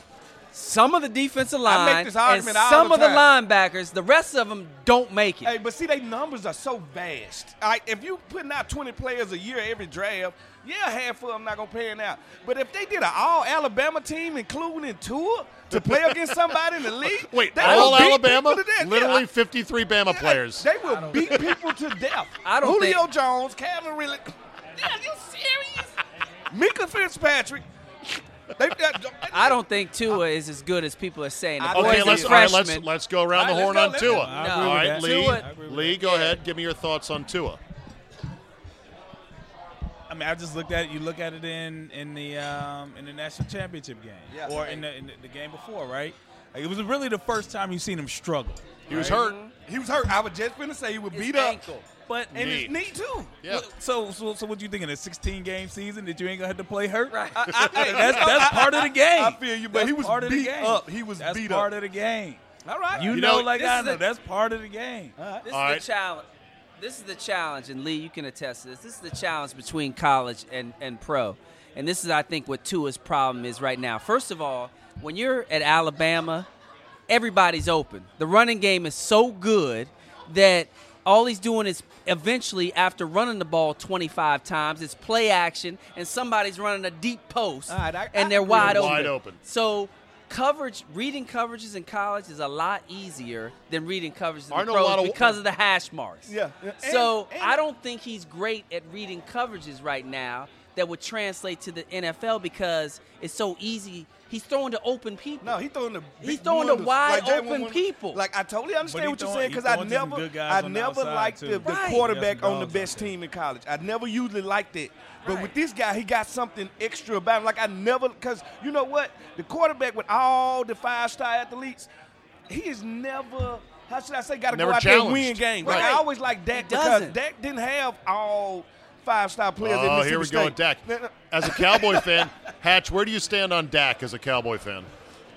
E: some of the defensive
C: I
E: line
C: make this argument
E: and
C: all
E: some
C: the
E: of the linebackers. The rest of them don't make it.
C: hey, but see, they numbers are so vast. All right, if you putting out 20 players a year every draft, yeah, half of them not going to pan out. But if they did an all-Alabama team, including Tua, to play against somebody in the league,
B: Wait,
C: they
B: all
C: will beat
B: Alabama?
C: people to death. Yeah,
B: Literally
C: I-
B: 53 Bama
C: yeah,
B: players.
C: They will beat people to death.
E: I don't
C: Julio
E: think-
C: Jones, Calvin Ridley. Yeah, you serious? Mika Fitzpatrick. They,
E: I don't think Tua is as good as people are saying. The
C: I-
E: boy
B: okay,
E: is a
B: let's, all right,
E: freshman.
B: let's, let's go around
C: All
B: the
C: right,
B: horn on
C: let's go,
B: Tua.
C: let's
D: go.
B: all
D: I
B: right,
D: agree
B: Lee,
D: with that. Tua-
B: Lee, go ahead. Give me your thoughts on Tua.
D: I mean, I just looked at it. You look at it in in the um, in the national championship game,
C: Yeah.
D: or in the, in the, the game before, right? Like it was really the first time you seen him struggle.
B: He was hurt.
C: He was hurt. I was just finna say he was
E: His
C: beat
E: ankle.
C: up. But and
B: Knee.
C: his knee too.
B: Yeah.
D: So, so, so what you think in a 16 game season that you ain't gonna have to play hurt?
E: Right.
D: I- I- that's that's part of the game.
C: I feel you, but
D: That's
C: he was
D: part of the
C: beat
D: game.
C: up. He was
D: that's
C: beat
D: part
C: up.
D: of the game.
C: All right.
D: You,
B: You
D: know,
B: know,
D: like
E: this
D: I
E: is
D: know,
E: a-
D: that's part of the game.
E: This
B: All
E: is
B: right.
E: the challenge. This is the challenge, and Lee, you can attest to this. This is the challenge between college and, and pro. And this is, I think, what Tua's problem is right now. First of all, when you're at Alabama, everybody's open. The running game is so good that all he's doing is eventually, after running the ball 25 times, it's play action, and somebody's running a deep post,
C: All right, I-
E: and
C: I
E: they're
C: agree.
E: wide open.
B: Wide open.
E: So coverage, reading coverages in college is a lot easier than reading coverages in
B: Aren't
E: the
B: a
E: pros
B: lot of-
E: because of the hash marks.
C: Yeah. Yeah.
E: So
C: And- and-
E: I don't think he's great at reading coverages right now. that would translate to the NFL because it's so easy. He's throwing to open people.
C: No, he throwing the
E: He's
C: big
E: throwing the
C: windows.
E: wide
C: Jay
E: open
C: Wood-
E: people.
C: Like I totally understand
D: he
C: what you're
D: throwing-
C: saying
D: he
C: because I
D: throwing to some
C: never,
D: good guys
C: I
D: on the
C: never
D: outside,
C: liked
D: too.
C: the, the
D: Right. He
C: quarterback
D: got some
C: on the
D: dogs
C: best
D: out there.
C: team in college. I never usually liked it, but
E: Right.
C: with this guy, he got something extra about him. Like I never, because you know what, the quarterback with all the five star athletes, he is never. How should I say? Got to go
B: Never
C: out there and win
B: challenged.
C: games. Like
E: Right.
C: I always like Dak
E: He
C: because
E: doesn't.
C: Dak didn't have all five star players. in
B: Oh,
C: Mississippi
B: here we
C: State.
B: go with Dak.
C: No, no.
B: As a Cowboy fan, Hatch, where do you stand on Dak as a Cowboy fan?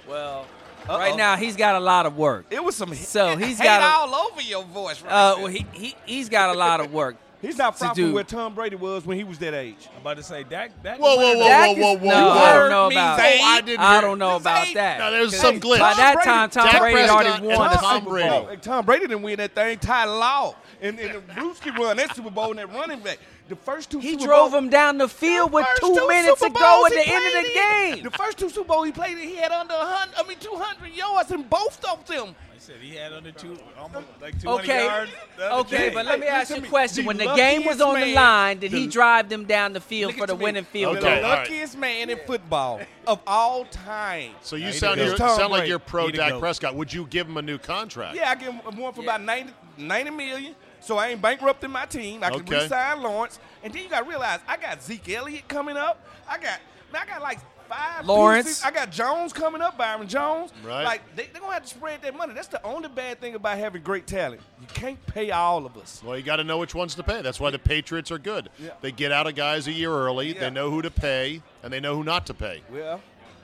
E: Well,
C: Uh-oh.
E: right now he's got a lot of work.
C: It was some.
E: So he's
C: hate
E: got a-
C: all over your voice. Right
E: Uh,
C: there.
E: well, he, he, he's got a lot of work.
C: He's not
E: to
C: far
E: do.
C: from where Tom Brady was when he was that age.
D: I'm about to say Dak. Dak
B: Whoa, whoa, whoa,
E: Dak
B: whoa,
E: is-
B: whoa, whoa,
E: no,
B: whoa.
E: I don't know
B: Me
E: about
B: say
E: that.
B: I didn't
E: I
B: hear-
E: don't know
C: Just
E: about
C: ain't-
E: that.
B: No, there was some glitch.
E: By that
C: Brady-
E: time, Tom
B: Dak
E: Brady had
B: Prescott
E: already
B: and
E: won the
B: Tom
E: Super
B: Brady.
E: Bowl.
C: Hey, Tom Brady didn't win that thing. Ty Law and, and the Brewski run that Super Bowl and that running back. The first two
E: He
C: Super
E: drove
C: Bowl,
E: him down the field with
C: first
E: two, minutes
C: Super
E: to go
C: Bowls
E: at the
C: he
E: end of the
C: played in,
E: game.
C: The first two Super Bowl he played in, he had under 100, I mean 200 yards in both of them.
D: I said he had under two, almost like 200
E: Okay,
D: yards. the other day.
E: okay, but let me
C: Hey,
E: ask
C: listen
E: you a
C: to me.
E: question.
C: The
E: When the game was on the
C: luckiest
E: line, did
C: man-
E: he drive them down the field
C: Look
E: for
C: at
E: the
C: me.
E: winning field
B: Okay.
C: The
E: goal?
B: all right.
C: luckiest man in football of all time.
B: So you
D: Nah, he
B: sound
D: the
B: you
C: goat. Tom
B: sound like
C: Brady.
B: you're pro
D: He the
B: Dak
D: goat.
B: Prescott. Would you give him a new contract?
C: Yeah, I give him one for about 90, 90 million. So I ain't bankrupting my team. I can
B: Okay.
C: resign Lawrence. And then you got to realize I got Zeke Elliott coming up. I got man, I got like five
E: Lawrence.
C: pieces. I got Jones coming up, Byron Jones.
B: Right.
C: Like they're they going to have to spread that money. That's the only bad thing about having great talent. You can't pay all of us.
B: Well, you got to know which ones to pay. That's why the Patriots are good.
C: Yeah.
B: They get out of guys a year early.
C: Yeah.
B: They know who to pay and they know who not to pay.
C: Well,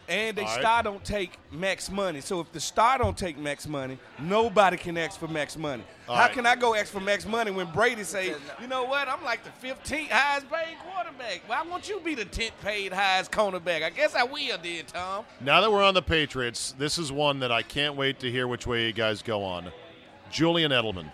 C: and they
B: All right.
C: star don't take max money. So if the star don't take max money, nobody can ask for max money.
B: All
C: How
B: right.
C: can I go ask for max money when Brady say, you know what? I'm like the 15th highest paid quarterback. Why won't you be the 10th paid highest cornerback? I guess I will, did Tom.
B: Now that we're on the Patriots, this is one that I can't wait to hear which way you guys go on. Julian Edelman.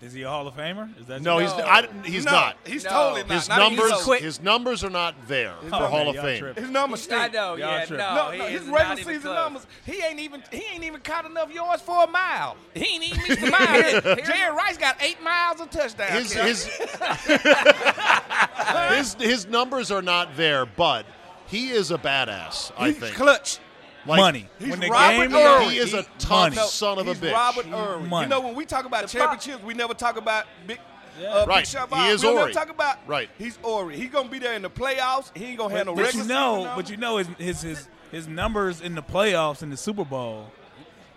D: is he a Hall of Famer? Is that
B: No, he's I, didn't- he's
C: No,
B: not.
C: He's
E: No.
C: totally not.
B: His
C: Not even
B: numbers
C: close.
E: quit.
B: his numbers are not there for
D: man,
B: Hall of
D: y'all
B: Fame.
D: tripping.
C: His numbers stink.
E: I know,
D: Y'all
E: yeah,
D: tripping.
E: no,
C: No,
E: he
C: no,
E: is
C: his
E: not
C: regular
E: even
C: season
E: close.
C: numbers. He ain't even he ain't even caught enough yards for a mile. He ain't even missed a
E: Here's-
C: mile.
E: here's-
C: Jerry Rice got eight miles of touchdown.
B: his
C: catch.
B: his his his numbers are not there, but he is a badass. I
C: He's
B: think
C: clutch.
B: Like,
D: money.
C: He's
D: when the
C: Robert
D: game
C: Ory.
D: is,
B: He is a
D: money.
B: tough
C: No,
B: son of a
C: he's
B: bitch.
C: Robert Irwin.
D: Money.
C: You know, when we talk about
E: The
C: championships, we never talk about big.
D: Yeah.
C: Uh,
B: Right.
C: Big Shot
B: He
C: Bob.
B: is
C: we don't
B: Ori.
C: Never talk about
B: Right.
C: He's Ori. He's gonna be there in the playoffs. He ain't gonna have no
D: But,
C: regular.
D: but you
C: season
D: know,
C: number.
D: but you know, his his his, his numbers in the playoffs in the Super Bowl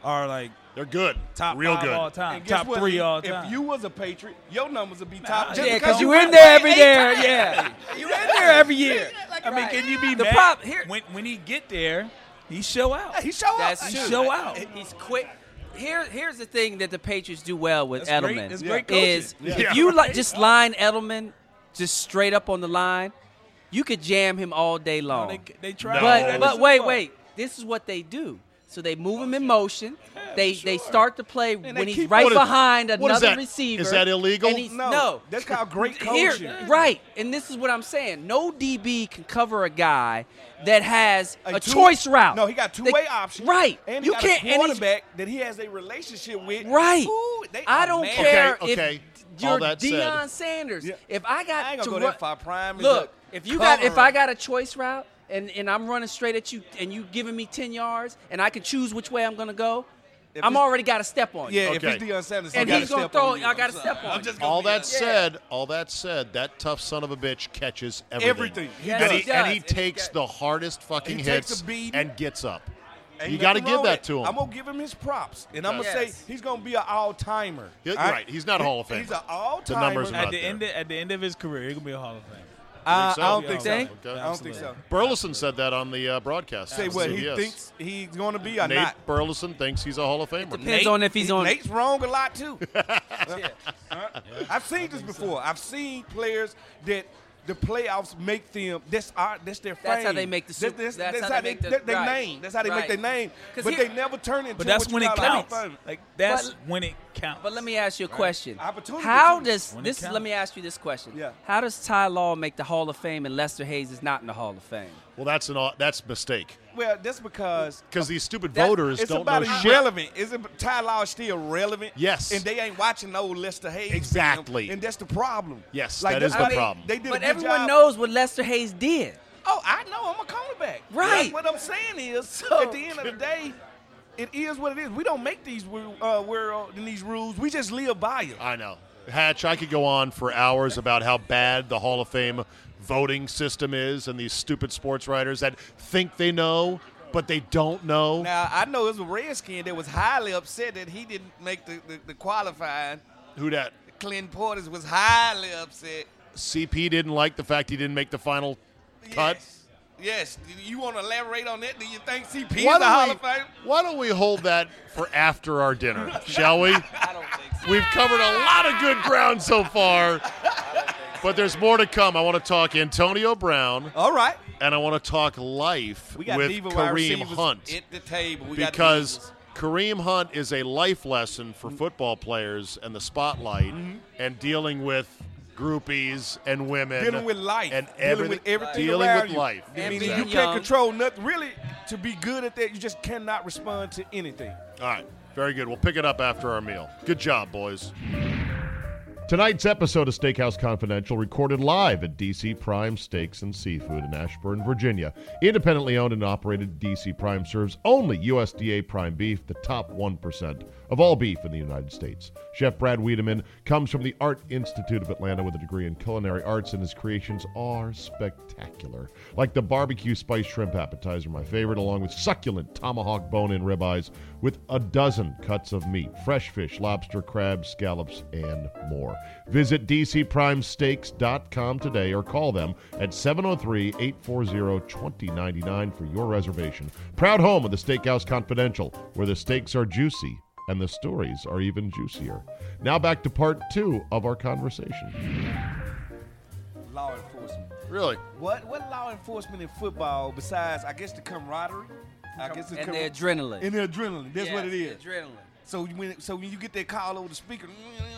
D: are like
B: They're good.
D: top
B: Real
D: five
B: good.
D: all
C: And
D: time,
C: guess
D: top
C: what?
D: three all
C: if
D: time.
C: you was a Patriot, your numbers would be top.
D: Nah,
C: just
E: Yeah,
C: because
E: because you
C: went
E: in there
C: eight
E: every year.
C: times.
E: Yeah,
C: You
E: you
C: in
E: in
C: there.
E: there every year.
C: Like,
D: I mean, can you be
E: The
D: mad
E: prob- here-
D: when when he get there? He show out.
C: He show up.
E: That's
C: He
E: true.
D: show out.
E: He's quick. Here, here's the thing that the Patriots do well with
D: That's great-
E: Edelman
D: that's great coaching.
E: is
B: Yeah.
E: if you like just line Edelman just straight up on the line, you could jam him all day long.
D: They, they try.
B: No.
D: that
E: But
D: in
E: but
D: the
E: wait
D: Super Bowl.
E: wait, this is what they do. So they move him in motion. They
D: sure.
E: they start to play
C: they
E: when he's
C: keep-
E: right
B: What is-
E: behind
B: what is
E: another
B: that? Is
E: receiver.
B: that illegal?
E: and he's-
C: No,
E: no,
C: that's how great
E: Here,
C: coaching.
E: right, and this is what I'm saying. No DB can cover a guy that has a,
C: two-
E: choice route.
C: No, he got
E: They-
C: two way options.
E: Right,
C: and he
E: you
C: got
E: can't.
C: a
E: and he's-
C: quarterback that he has a relationship with.
E: Right.
C: Ooh, they
E: I
C: are
E: don't
C: mad.
E: care
B: Okay, okay.
E: if
B: All
E: you're
B: that said-
E: Deion Sanders.
C: Yeah.
E: If I got
C: I ain't gonna
E: to
C: go
E: run,
C: that far. Prime is
E: look,
C: up.
E: if you got
C: Cover
E: if I
C: him.
E: got a choice route and, and I'm running straight at you and you giving me ten yards and I can choose which way I'm gonna go,
C: If
E: I'm
C: it's-
E: already got a step on you.
C: Yeah,
B: Okay.
C: if it's Deion Sanders,
E: And
C: he
E: he's
C: gotta
E: gonna
C: step
E: throw
C: on
E: it,
C: you.
E: I gotta
C: I'm
E: step
C: sorry.
E: on
C: I'm
E: you.
C: just gonna
B: All
C: be
B: that
C: a-
B: said, all that said, that tough son of a bitch catches everything.
C: Everything. He
B: and,
E: does.
B: he,
E: He
B: and
E: does.
B: he
E: And he
B: takes
E: get-
B: the hardest fucking
C: He takes
B: hits
C: a beating.
B: and gets up.
C: Ain't
B: you got to
C: nothing
B: give
C: wrong
B: that
C: with
B: to
C: it.
B: him.
C: I'm gonna give him his props, and I'm gonna
E: Yes.
C: say he's gonna be an all timer.
B: Yeah, you're right. He's not a Hall of
C: He's
B: Famer.
C: an all
B: The
C: timer.
B: numbers are
D: At
B: Not
D: the
B: there.
D: end, of, at the end of his career, he gonna be a Hall of Fame.
C: I,
B: so?
C: I don't think so.
E: Think?
C: I
B: Okay.
C: don't think so.
B: Burleson said that on the uh, broadcast.
C: Say
B: on
C: what he
B: CBS.
C: thinks he's gonna be or
B: Nate
C: not.
B: Burleson thinks he's a Hall of Famer.
E: Depends on if he's on.
C: Nate's wrong a lot too. Huh? I've seen this before. I've seen players that the playoffs make them. That's our. That's their fame.
E: That's how they make the Sup-
C: That's,
E: that's how they make the-
C: that- they
E: right.
C: name. That's how they make
E: Right.
C: their name.
E: 'Cause
C: But
E: here-
C: they never turn into.
D: But that's
C: what
D: when
C: you
D: it
C: call a Hall of
D: counts.
C: Famer.
D: Like that's
E: But-
D: when it counts.
E: But let me ask you a question.
C: Opportunity
E: How
C: too.
E: does
D: When it
E: this? Let
D: counts.
E: me ask you this question.
C: Yeah.
E: How does Ty Law make the Hall of Fame and Lester Hayes is not in the Hall of Fame?
B: Well, that's an au- that's a mistake
C: Well, that's because
B: because these stupid
E: That-
B: voters
C: it's
B: don't
C: about
B: know shit.
C: irrelevant. Isn't Ty Law still relevant?
B: Yes.
C: And they ain't watching no Lester Hayes.
B: Exactly.
C: And that's the problem.
B: Yes, that
C: that's
B: is the
C: why they-
B: problem.
C: They did a
E: But
C: good
E: everyone
C: job.
E: knows what Lester Hayes did.
C: Oh, I know. I'm a cornerback.
E: Right.
C: That's what I'm saying is,
E: So-
C: at the end of the day, it is what it is. We don't make these ru- uh, world and these rules. We just live by them.
B: I know. Hatch, I could go on for hours about how bad the Hall of Fame voting system is and these stupid sports writers that think they know, but they don't know.
C: Now I know it was a redskin that was highly upset that he didn't make the, the, the qualifying.
B: Who dat?
C: Clint Portis was highly upset.
B: CP didn't like the fact he didn't make the final cut.
C: Yes. Yes. Do You want to elaborate on that? Do you think CP is
B: Why
C: a Hall
B: don't,
C: of
B: we,
C: Fame?
B: why don't we hold that for after our dinner, shall we?
C: I don't think so.
B: We've covered a lot of good ground so far, but there's more to come. I want to talk Antonio Brown
C: All right.
B: and I want to talk life
C: We got
B: with
C: diva wide
B: Kareem
C: receivers
B: Hunt.
C: at the table. We got
B: because
C: divas.
B: Kareem Hunt is a life lesson
C: Mm-hmm.
B: for football players and the spotlight and dealing with groupies and women.
C: dealing with life
B: And
C: dealing
B: everything.
C: with everything
B: Dealing
C: around
B: with
C: you.
B: life.
C: I mean,
E: Exactly.
C: you can't
E: Young.
C: control nothing. Really, to be good at that, you just cannot respond to anything.
B: All right. Very good. We'll pick it up after our meal. Good job, boys. Tonight's episode of Steakhouse Confidential recorded live at DC Prime Steaks and Seafood in Ashburn, Virginia. Independently owned and operated, DC Prime serves only USDA prime beef, the top 1% of all beef in the United States. Chef Brad Wiedemann comes from the Art Institute of Atlanta with a degree in culinary arts, and his creations are spectacular. Like the barbecue spice shrimp appetizer, my favorite, along with succulent tomahawk bone in ribeyes with a dozen cuts of meat, fresh fish, lobster, crab, scallops, and more. Visit DCPrimeSteaks.com today or call them at 703 840 2099 oh, for your reservation. Proud home of the Steakhouse Confidential, where the steaks are juicy and the stories are even juicier. Now back to part two of our conversation.
C: Law enforcement.
B: Really?
C: What what law enforcement in football besides I guess the camaraderie? I guess it's
E: And
C: com-
E: the adrenaline.
C: And the adrenaline. That's what it
E: Yes,
C: is.
E: Adrenaline.
C: So when so when you get that call over the speaker,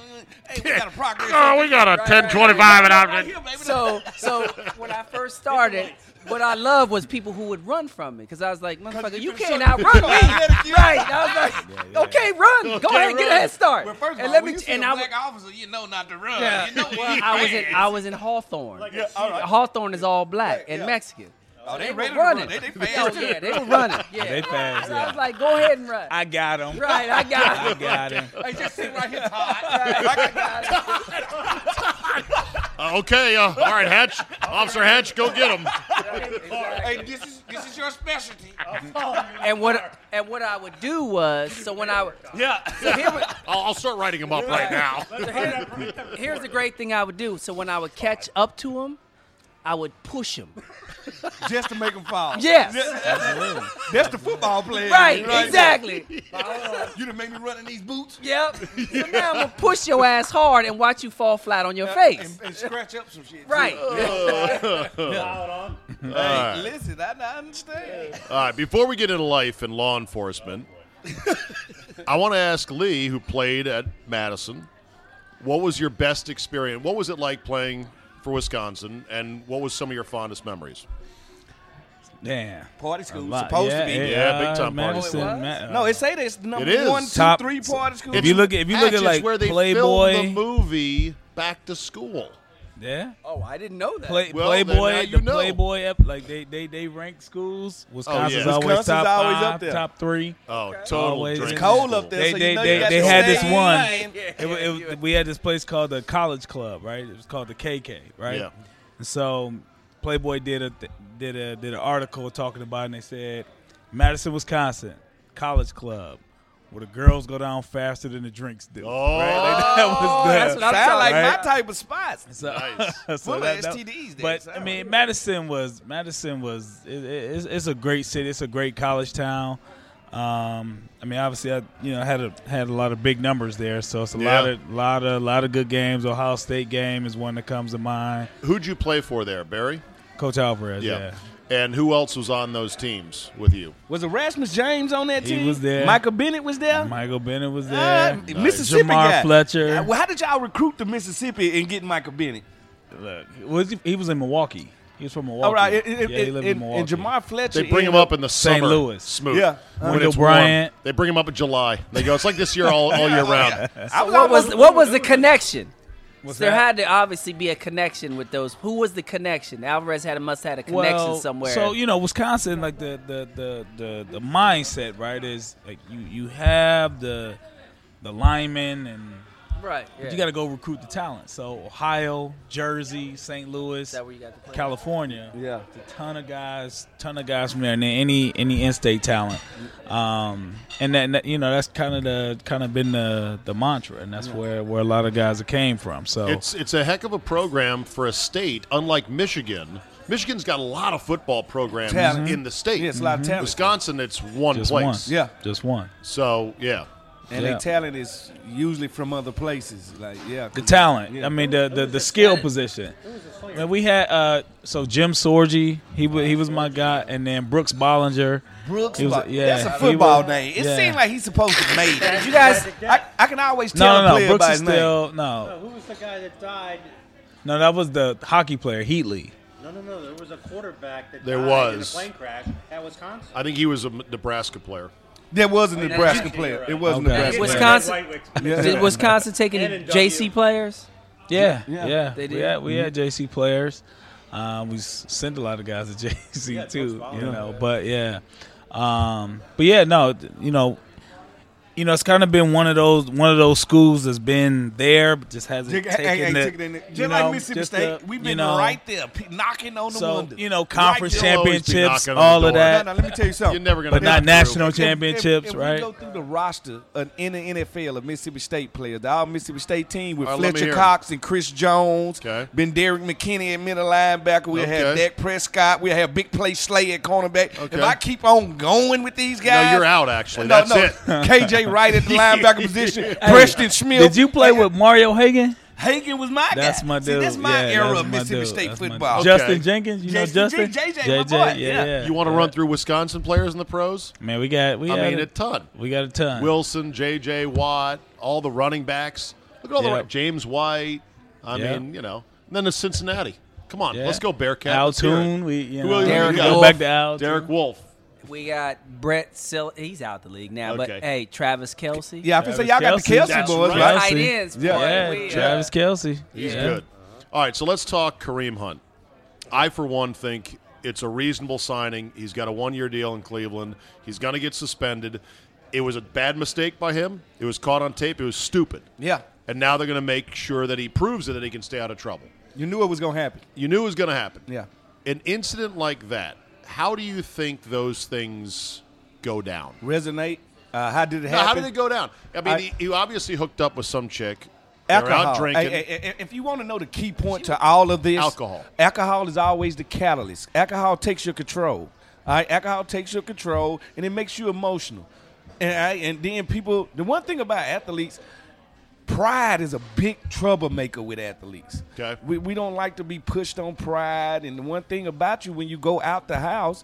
C: hey, we got a progress.
B: Oh, got a
E: right, 1025 right.
B: and
C: Right here, baby.
E: So, so when I first started, what I loved was people who would run from me because I was like, motherfucker,
C: you
E: you
C: can
E: can't
C: suck-
E: outrun me.
C: Yeah.
E: right. I was like, okay, run. Go
B: Okay,
E: ahead and get a
B: run.
E: head start.
C: Well, first of
E: and
C: all,
E: let
C: when
E: me,
C: you
E: t-
C: see
E: and
C: a
E: I w-
C: black officer, you know not to run.
E: Yeah.
C: You know
E: well, I was in I was in Hawthorne.
C: all right.
E: Hawthorne is all black
C: Yeah,
E: and
C: yeah.
E: Mexican.
C: Oh, they
E: were
C: ready to
E: running.
C: run. They- they
E: oh
C: fast.
E: yeah, they were running. Yeah,
D: They fast,
E: So I was
D: yeah.
E: like, go ahead and run.
D: I got him.
E: right, I got
D: I
E: it.
D: got him.
C: Hey, just sit right here, Todd.
B: okay, uh, all right, Hatch. Officer Hatch, go get him.
C: Hey, this is this is your specialty.
E: And what and what I would do was so when I
B: I'll, I'll start writing him up right now.
E: here's the great thing I would do. So when I would catch up to him, I would push him.
C: Just to make them fall.
E: Yes.
C: That's the football player.
E: Right,
C: there.
E: exactly.
C: You done make me run in these boots
E: Yep. So now I'm gonna push your ass hard and watch you fall flat on your face.
C: and, and scratch up some shit. too.
E: Right.
C: Hey, listen, I, I understand.
B: All right, before we get into life and law enforcement, I want to ask Lee, who played at Madison, what was your best experience? What was it like playing for Wisconsin, and what was some of your fondest memories?
D: Damn.
C: Party school
D: A lot.
C: supposed to be.
B: Yeah, big time
D: uh,
B: party
D: Madison,
E: school.
D: Ma-
C: No, it say this number
B: It is.
C: one, two, three
D: Top-
C: party school.
D: If you look at if you
B: Hatch
D: look at
B: is
D: like
B: where they
D: Playboy,
B: filmed the movie Back to School.
D: yeah,
E: Oh, I didn't know that.
D: Play,
B: Well, then now
D: Playboy,
B: you
D: the
B: know.
D: Playboy app, like they they they rank schools. Wisconsin's always
C: Oh, Wisconsin's
D: top
C: always
D: five,
C: up there.
D: top three.
B: Oh, total.
D: Always
B: drink
D: in
C: cold
B: school.
C: up there.
D: They
C: so you
D: they
C: know you
D: they,
C: got
D: they
C: to
D: had
C: stay
D: this
C: in
D: one.
C: line.
D: It wa- it wa- we had this place called the College Club, right? It was called the KK, right?
B: Yeah.
D: And so Playboy did a th- did a did an article talking about, it and they said Madison, Wisconsin, College Club, where the girls go down faster than the drinks do.
B: Oh,
D: Like, that was the,
E: that's what I'm
C: Sound like
D: Right.
C: my type of spots.
D: So,
B: Nice.
D: so
C: Full of
D: that- that-
C: STDs there,
D: But
C: so.
D: I mean, Madison was Madison was it, it, it's, it's a great city. It's a great college town. Um, I mean, obviously, I you know had a had a lot of big numbers there, so it's a
B: Yeah.
D: lot of lot of lot of good games. Ohio State game is one that comes to mind.
B: who'd you play for there, Barry?
D: Coach Alvarez, yeah.
B: Yeah. And who else was on those teams with you?
C: Was Erasmus James on that
D: He
C: team?
D: was there.
C: Michael Bennett was there.
D: Michael Bennett was
C: Uh,
D: there.
C: Mississippi
D: Jamar
C: guy.
D: Fletcher.
C: Uh, Well, how did y'all recruit the Mississippi and get Michael Bennett?
D: Look, was he, he was in Milwaukee. He was from Milwaukee.
C: All right, and, and-
D: yeah, he
C: and-
D: lived in
C: and-
D: Milwaukee.
C: and Jamar Fletcher.
B: They bring him
C: ended
B: up in the
D: St.
B: summer.
D: Louis.
B: smooth.
C: Yeah.
B: When
D: Wendell
B: it's warm.
D: Bryant.
B: They bring him up in July. They go, it's like this year all, all year round.
C: I
E: What was
C: almost-
E: what was the connection?
D: What's
E: there
D: that?
E: had to obviously be a connection with those. Who was the connection? Alvarez had a must had a connection somewhere.
D: So you know, Wisconsin, like the the the the, the mindset, right? Is like you you have the the linemen and
E: right.
D: but
E: yeah.
D: you got to go recruit the talent. So Ohio, Jersey, St. Louis,
E: that where you got the play?
D: California.
C: Yeah.
D: It's a ton of guys, ton of guys from there, and then any any in-state talent. Um, and that- and that you know that's kind of the kind of been the the mantra, and that's where where a lot of guys came from. So
B: It's it's a heck of a program for a state, unlike Michigan. Michigan's got a lot of football programs
C: Talent.
B: in the state. Mm-hmm.
C: Yeah, it's a lot of talent.
B: Wisconsin, it's one
D: just
B: place.
D: one,
C: Yeah.
D: just one.
B: So yeah,
C: and
D: Yeah.
C: their talent is usually from other places. Like yeah,
D: The talent.
C: Yeah.
D: I mean the the, the skill position. And we had uh so Jim Sorgi, he was he was my guy, and then Brooks Bollinger.
C: Brooks.
D: He
C: Bo-
D: was- yeah,
C: that's a
D: he
C: football
D: was-
C: name. It
D: yeah.
C: seemed like he's supposed to made it. You guys, I, I can always tell
D: No,
C: a
D: no, no.
C: player
D: Brooks
C: by
D: is
C: his name.
D: still no.
F: Who was the guy that died?
D: No, that was the hockey player Heatley.
F: No, no, no. There was a quarterback that
B: There
F: died
B: was.
F: in a plane crash at Wisconsin.
B: I think he was a M- Nebraska player.
C: There was a Nebraska
F: that's-
C: player. It was a
D: Okay.
C: Nebraska.
E: Wisconsin-
C: Wisconsin.
E: Did Wisconsin take
F: And
E: any
F: in
E: JC
F: W.
E: players?
D: Yeah,
C: Yeah,
D: yeah.
E: they
D: We
E: did.
D: had, we had JC players. Um, we s- sent a lot of guys to JC too, you know. But yeah, um, but yeah, no, th- you know, you know, it's kind of been one of those one of those schools that's been there, but just hasn't
C: Just,
D: taken
C: hey, hey,
D: the-
C: take it in there.
D: you
C: just like
D: know,
C: Mississippi
D: just
C: State,
D: the-
C: we've
D: you
C: been
D: know,
C: right there, pe- knocking on the
D: So
C: window.
D: you know, conference
C: there.
B: You'll always be
D: championships,
B: knocking on
D: all
B: the
D: of
B: door.
D: that,
C: No, no, let me tell you something.
B: You're never gonna
D: but
B: get
D: not
B: through.
D: national
C: If- if-
D: championships,
C: if,
D: right?
C: We go through the roster of, in the NFL of Mississippi State players, the all Mississippi State team with
B: All right, let me
C: Fletcher
B: hear 'em.
C: Cox and Chris Jones,
B: Okay.
C: been Derek McKinney at middle linebacker. We'll have
B: Okay.
C: Dak Prescott. We'll have Big Play Slay at cornerback.
B: Okay.
C: If I keep on going with these guys,
B: No, you're out. Actually,
C: No,
B: that's
C: no.
B: it.
C: KJ Wright at the linebacker position. Preston Smith.
D: Did you play with Mario Hagan?
C: Hagen was my guy.
D: That's my dude.
C: See, that's my
D: Yeah,
C: era
D: that's
C: of
D: my
C: Mississippi
D: dude.
C: State
D: That's my dude.
C: football.
B: Okay.
D: Justin Jenkins, you know
C: Justin
D: Justin?
C: J- JJ, my boy. Yeah.
D: yeah, yeah.
B: You want to run through Wisconsin players in the pros?
D: Man, we got we
B: I
D: had
B: mean,
D: a-
B: a ton.
D: We got a ton.
B: Wilson, J.J. Watt, all the running backs. Look at all
D: Yeah.
B: the James White. I
D: Yeah.
B: mean, you know. And then the Cincinnati. Come on,
D: Yeah.
B: let's go Bearcats.
D: Al
B: Let's hear it.
D: Toon, we you
B: Who
D: know,
B: else
E: Derek
D: we
B: you got?
D: go
E: Wolf.
D: back to Al
B: Derek
D: Toon.
B: Wolf.
E: We got Brett Sill. He's out the league now, but
B: Okay.
E: hey, Travis Kelsey.
C: Yeah, I feel say
D: Travis
C: y'all got the
D: Kelce.
C: Kelsey
B: That's
C: boys,
B: right.
C: right?
E: Tight ends, boy.
C: Yeah.
D: Yeah,
E: We, uh,
D: Travis Kelsey.
B: He's
D: yeah.
B: good. All right, so let's talk Kareem Hunt. I, for one, think it's a reasonable signing. He's got a one year deal in Cleveland. He's going to get suspended. It was a bad mistake by him. It was caught on tape. It was stupid.
C: Yeah.
B: And now they're going to make sure that he proves it, that he can stay out of trouble.
C: You knew it was gonna happen.
B: You knew it was going to happen.
C: Yeah.
B: An incident like that, how do you think those things go down?
C: Resonate. Uh, how did it
B: Now,
C: happen?
B: how did it go down? I mean,
C: I-
B: he, he obviously hooked up with some chick. They were
C: Alcohol.
B: out drinking.
C: Hey, hey, hey, if you want to know the key point to all of this,
B: Alcohol.
C: Alcohol is always the catalyst. Alcohol takes your control. All right, alcohol takes your control, and it makes you emotional. And I, and then people. The one thing about athletes, pride is a big troublemaker with athletes.
B: Okay.
C: We, we don't like to be pushed on pride. And the one thing about you when you go out the house,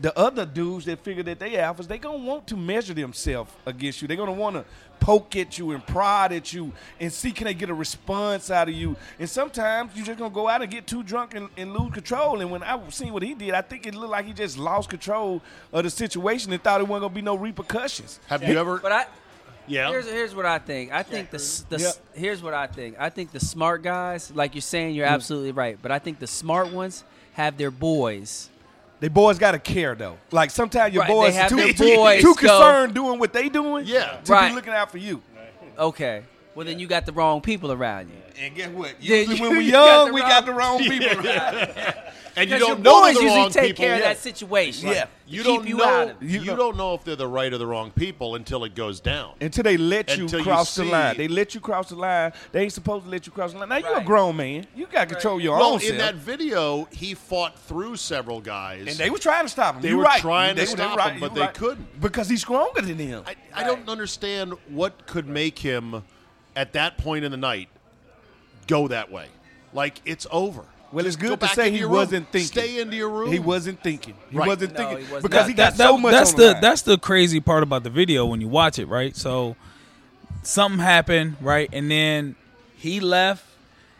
C: the other dudes that figure that they alphas, they gonna want to measure themselves against you. They're gonna wanna poke at you and prod at you and see can they get a response out of you. And sometimes you just gonna go out and get too drunk and, and lose control. And when I seen what he did, I think it looked like he just lost control of the situation and thought it wasn't gonna be no repercussions.
B: Have you ever?
E: But I
B: yeah.
E: here's here's what I think. I think the, s- the s-
C: Yeah.
E: here's what I think. I think the smart guys, like you're saying, you're absolutely right. But I think the smart ones have their boys.
C: They boys gotta care though. Like sometimes your
E: Right,
C: boys
E: they have
C: too,
E: their
C: too-
E: boys
C: too
E: go-
C: concerned doing what they doing.
B: Yeah.
C: to
E: Right.
C: be looking out for you.
E: Okay. Well, then you got the wrong people around you.
C: And guess what?
E: Yeah,
C: Usually
E: you-
C: when we
E: you
C: young,
E: got the
C: we
E: wrong-
C: got the wrong people. around.
B: and you don't
E: Because your
B: know
E: boys
B: the
E: usually
B: wrong
E: take
B: people.
E: care of
B: Yeah.
E: that situation.
C: Yeah.
B: You
E: Keep
B: don't
E: you
B: know.
E: out of it.
B: you,
C: You know-
B: don't know if they're the right or the wrong people until it goes down.
C: Until they let you
B: Until you
C: cross the
B: see-
C: line. They let you cross the line. They ain't supposed to let you cross the line. Now you're a
E: Right.
C: grown man. You got to control your
B: well,
C: own
B: in
C: self.
B: that video, he fought through several guys.
C: and they were trying to stop him.
B: They
C: You
B: were
C: right.
B: trying to
C: They were- they
B: stop
C: right.
B: him, but
C: You
B: they
C: right.
B: couldn't.
C: because he's stronger than him.
B: I, I don't understand what could make him, at that point in the night, go that way. Like it's over.
C: Well, it's
B: Go
C: good to
B: back
C: say
B: into
C: he
B: your room.
C: wasn't thinking.
B: Stay into your room.
C: He wasn't thinking. He
B: Right.
C: wasn't
E: No,
C: thinking
E: he was
C: because
E: not.
C: he
D: That-
C: got
D: that-
C: so much.
D: That's
C: on
D: the
C: line.
D: that's the crazy part about the video when you watch it, right? So something happened, right, and then he left,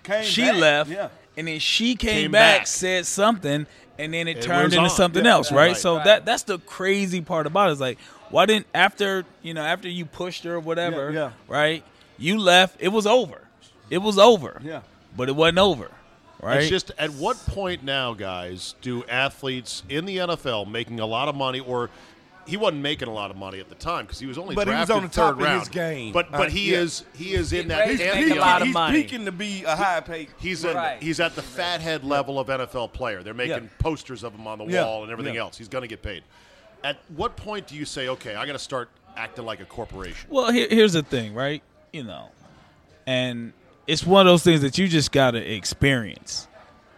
C: Came
D: she
C: back.
D: left,
C: Yeah.
D: and then she came,
B: Came
D: back,
B: back.
D: said something, and then it,
B: It
D: turned
B: was
D: into
B: on.
D: something
B: Yeah,
D: else, right?
B: right.
D: So that that's the crazy part about it. It's like why didn't after you know after you pushed her or whatever,
C: yeah.
D: right? You left. It was over. It was over.
C: Yeah.
D: but it wasn't over, right?
B: It's just at what point now, guys, do athletes in the NFL making a lot of money or he wasn't making a lot of money at the time because he was only
C: But he was
B: drafted
C: on the
B: third
C: top of
B: round.
C: his game.
B: But but
C: Uh,
B: he
C: yeah.
B: is he is in that
E: He's
B: pantheon.
E: making a lot of
C: he's
E: money.
C: peaking to be a high paid.
B: He's in,
E: Right.
B: he's at the fathead level of NFL player. They're making
C: Yeah.
B: posters of him on the
C: Yeah.
B: wall and everything
C: Yeah.
B: else. He's going to get paid. At what point do you say, okay, I got to start acting like a corporation?
D: Well, here, here's the thing, right? You know, and it's one of those things that you just gotta experience.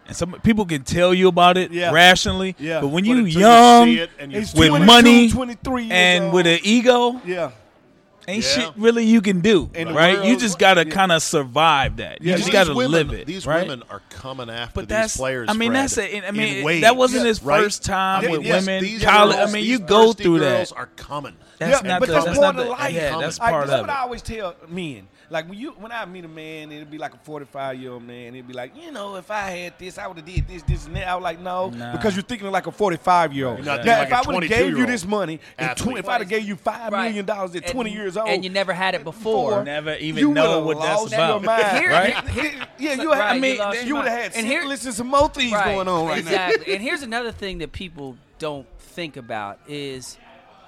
D: And some people can tell you about it
C: Yeah.
D: rationally,
C: Yeah.
D: but when
B: But
D: you
B: until you
D: young
B: see it and you
C: He's
B: feel
D: with
C: 22,
D: money
C: 23 years
D: and
C: old.
D: with an ego,
C: yeah.
D: ain't
B: Yeah.
D: shit really you can do,
C: And the
D: right? You
C: world-
D: just gotta
C: yeah.
D: kind of survive that. You
C: Yeah,
D: just
B: These
D: gotta
B: women-
D: live it.
B: These
D: right?
B: women are coming after
D: But that's
B: these players.
D: I mean,
B: Fred,
D: that's a, I
B: in
D: mean,
B: waves,
D: that wasn't his
B: right?
D: first time
B: I mean,
D: with
C: yes,
D: women.
B: these
D: College,
B: girls,
D: I mean,
B: these
D: you go
B: thirsty
D: through
B: girls
D: that.
B: Are coming.
D: That's
C: yeah,
D: not
C: but
D: the.
C: that's
D: That's
C: more
D: not
C: than
D: the.
C: life.
D: Yeah, that's
C: Like,
D: part
C: that's
D: of
C: what I
D: it.
C: always tell men. Like when you when I meet a man, it'll be like a forty five year old man. It'll be like, you know, if I had this, I would have did this, this, and that. I was like, no,
D: Nah.
C: because you're thinking like a forty five year old.
B: You're not
C: Now,
B: thinking
C: if
B: like
C: I
B: a
C: would have gave you
B: 22-year-old
C: this money, at
B: athlete.
C: 20, if I'd have gave you five
E: Right.
C: million dollars at
E: And-
C: twenty years old,
E: and you never had it before.
C: before,
D: Never even
C: you
D: know
C: would've
D: what that's
C: lost
D: about.
C: Your mind,
E: Here-
D: Right?
C: Yeah, yeah, you.
E: Right,
C: Had, I
E: you
C: mean,
E: lost
C: you,
E: your
C: would have
E: mind.
C: had
E: And here-
C: syphilis and some more things going on right now.
E: exactly. and here's another thing that people don't think about is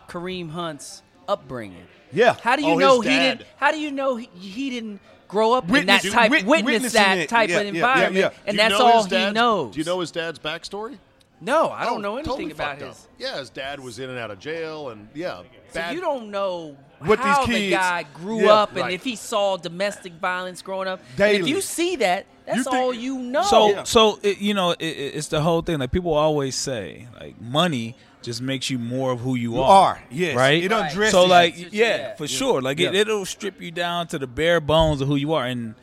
E: Kareem Hunt's upbringing.
C: Yeah.
E: How do you
B: Oh, his
E: know he
B: dad.
E: didn't? How do you know he, he didn't grow up
C: Witness-
E: in that type,
C: wit-
E: witness
C: witnessing
E: that
C: it.
E: type
C: Yeah,
E: of
C: yeah,
E: environment,
C: yeah, yeah.
E: and
B: Do you
E: that's
B: know his
E: all he
B: dad's-
E: knows?
B: Do you know his dad's backstory?
E: no, I don't
B: Oh,
E: know anything
B: totally
E: about
B: fucked up.
E: his.
B: Yeah, his dad was in and out of jail, and yeah,
E: So
B: bad-
E: you don't know
C: What these
E: how the
C: kids-
E: guy grew
C: Yeah.
E: up and
B: Right.
E: if he saw domestic violence growing up. And If
C: Daily.
E: you see that, that's
C: think-
E: all you know.
D: So
C: oh, Yeah.
D: so it, you know it, it- it's the whole thing. Like people always say, like money just makes you more of who you,
C: are, yes.
D: right.
C: It undresses
D: so
C: you.
D: like
E: It's just-
D: yeah,
E: yeah.
D: for sure. Like It,
C: Yeah.
D: it'll strip you down to the bare bones of who you are, and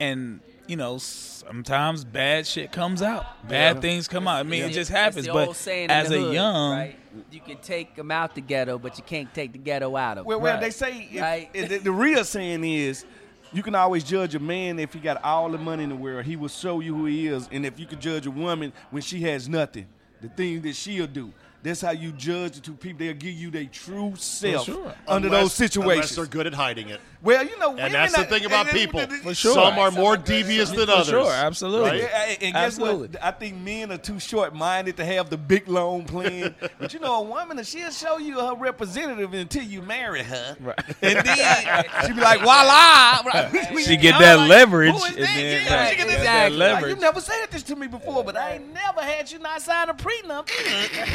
D: and you know sometimes bad shit comes out, bad
C: Yeah.
D: things come out. I mean, it
E: It's-
D: just
E: it's
D: happens.
E: the
D: But
E: old saying in
D: as
E: the
D: a
E: hood,
D: young,
E: right? you can take them out the ghetto, but you can't take the ghetto out of.
C: Well, well, they say if,
E: Right.
C: if the, the real saying is, you can always judge a man if he got all the money in the world. He will show you who he is, and if you can judge a woman when she has nothing, the things that she'll do. That's how you judge the two people. They'll give you their true self
D: sure.
C: under
B: unless-
C: those
B: unless
C: situations.
B: they're good at hiding it.
C: Well, you know, women
B: And that's the
C: are-
B: thing about
C: and- and-
B: people.
C: and-
D: sure.
B: Some are
E: Some
B: more
E: are good at
B: devious
E: it.
B: than
D: For
B: others.
D: sure, absolutely.
B: Right?
C: Yeah, and- and guess
D: Absolutely.
C: what? I think men are too short-minded to have the big loan plan. but you know, a woman, she'll show you her representative until you marry her,
D: Right.
C: and then she'll be like, "Voila!"
D: She get that leverage,
C: Who is
D: and
C: that?
D: then-
C: yeah,
D: right,
C: she get
D: that's
C: that, leverage.
D: that leverage.
C: you never said this to me before, but I ain't never had you not sign a prenup.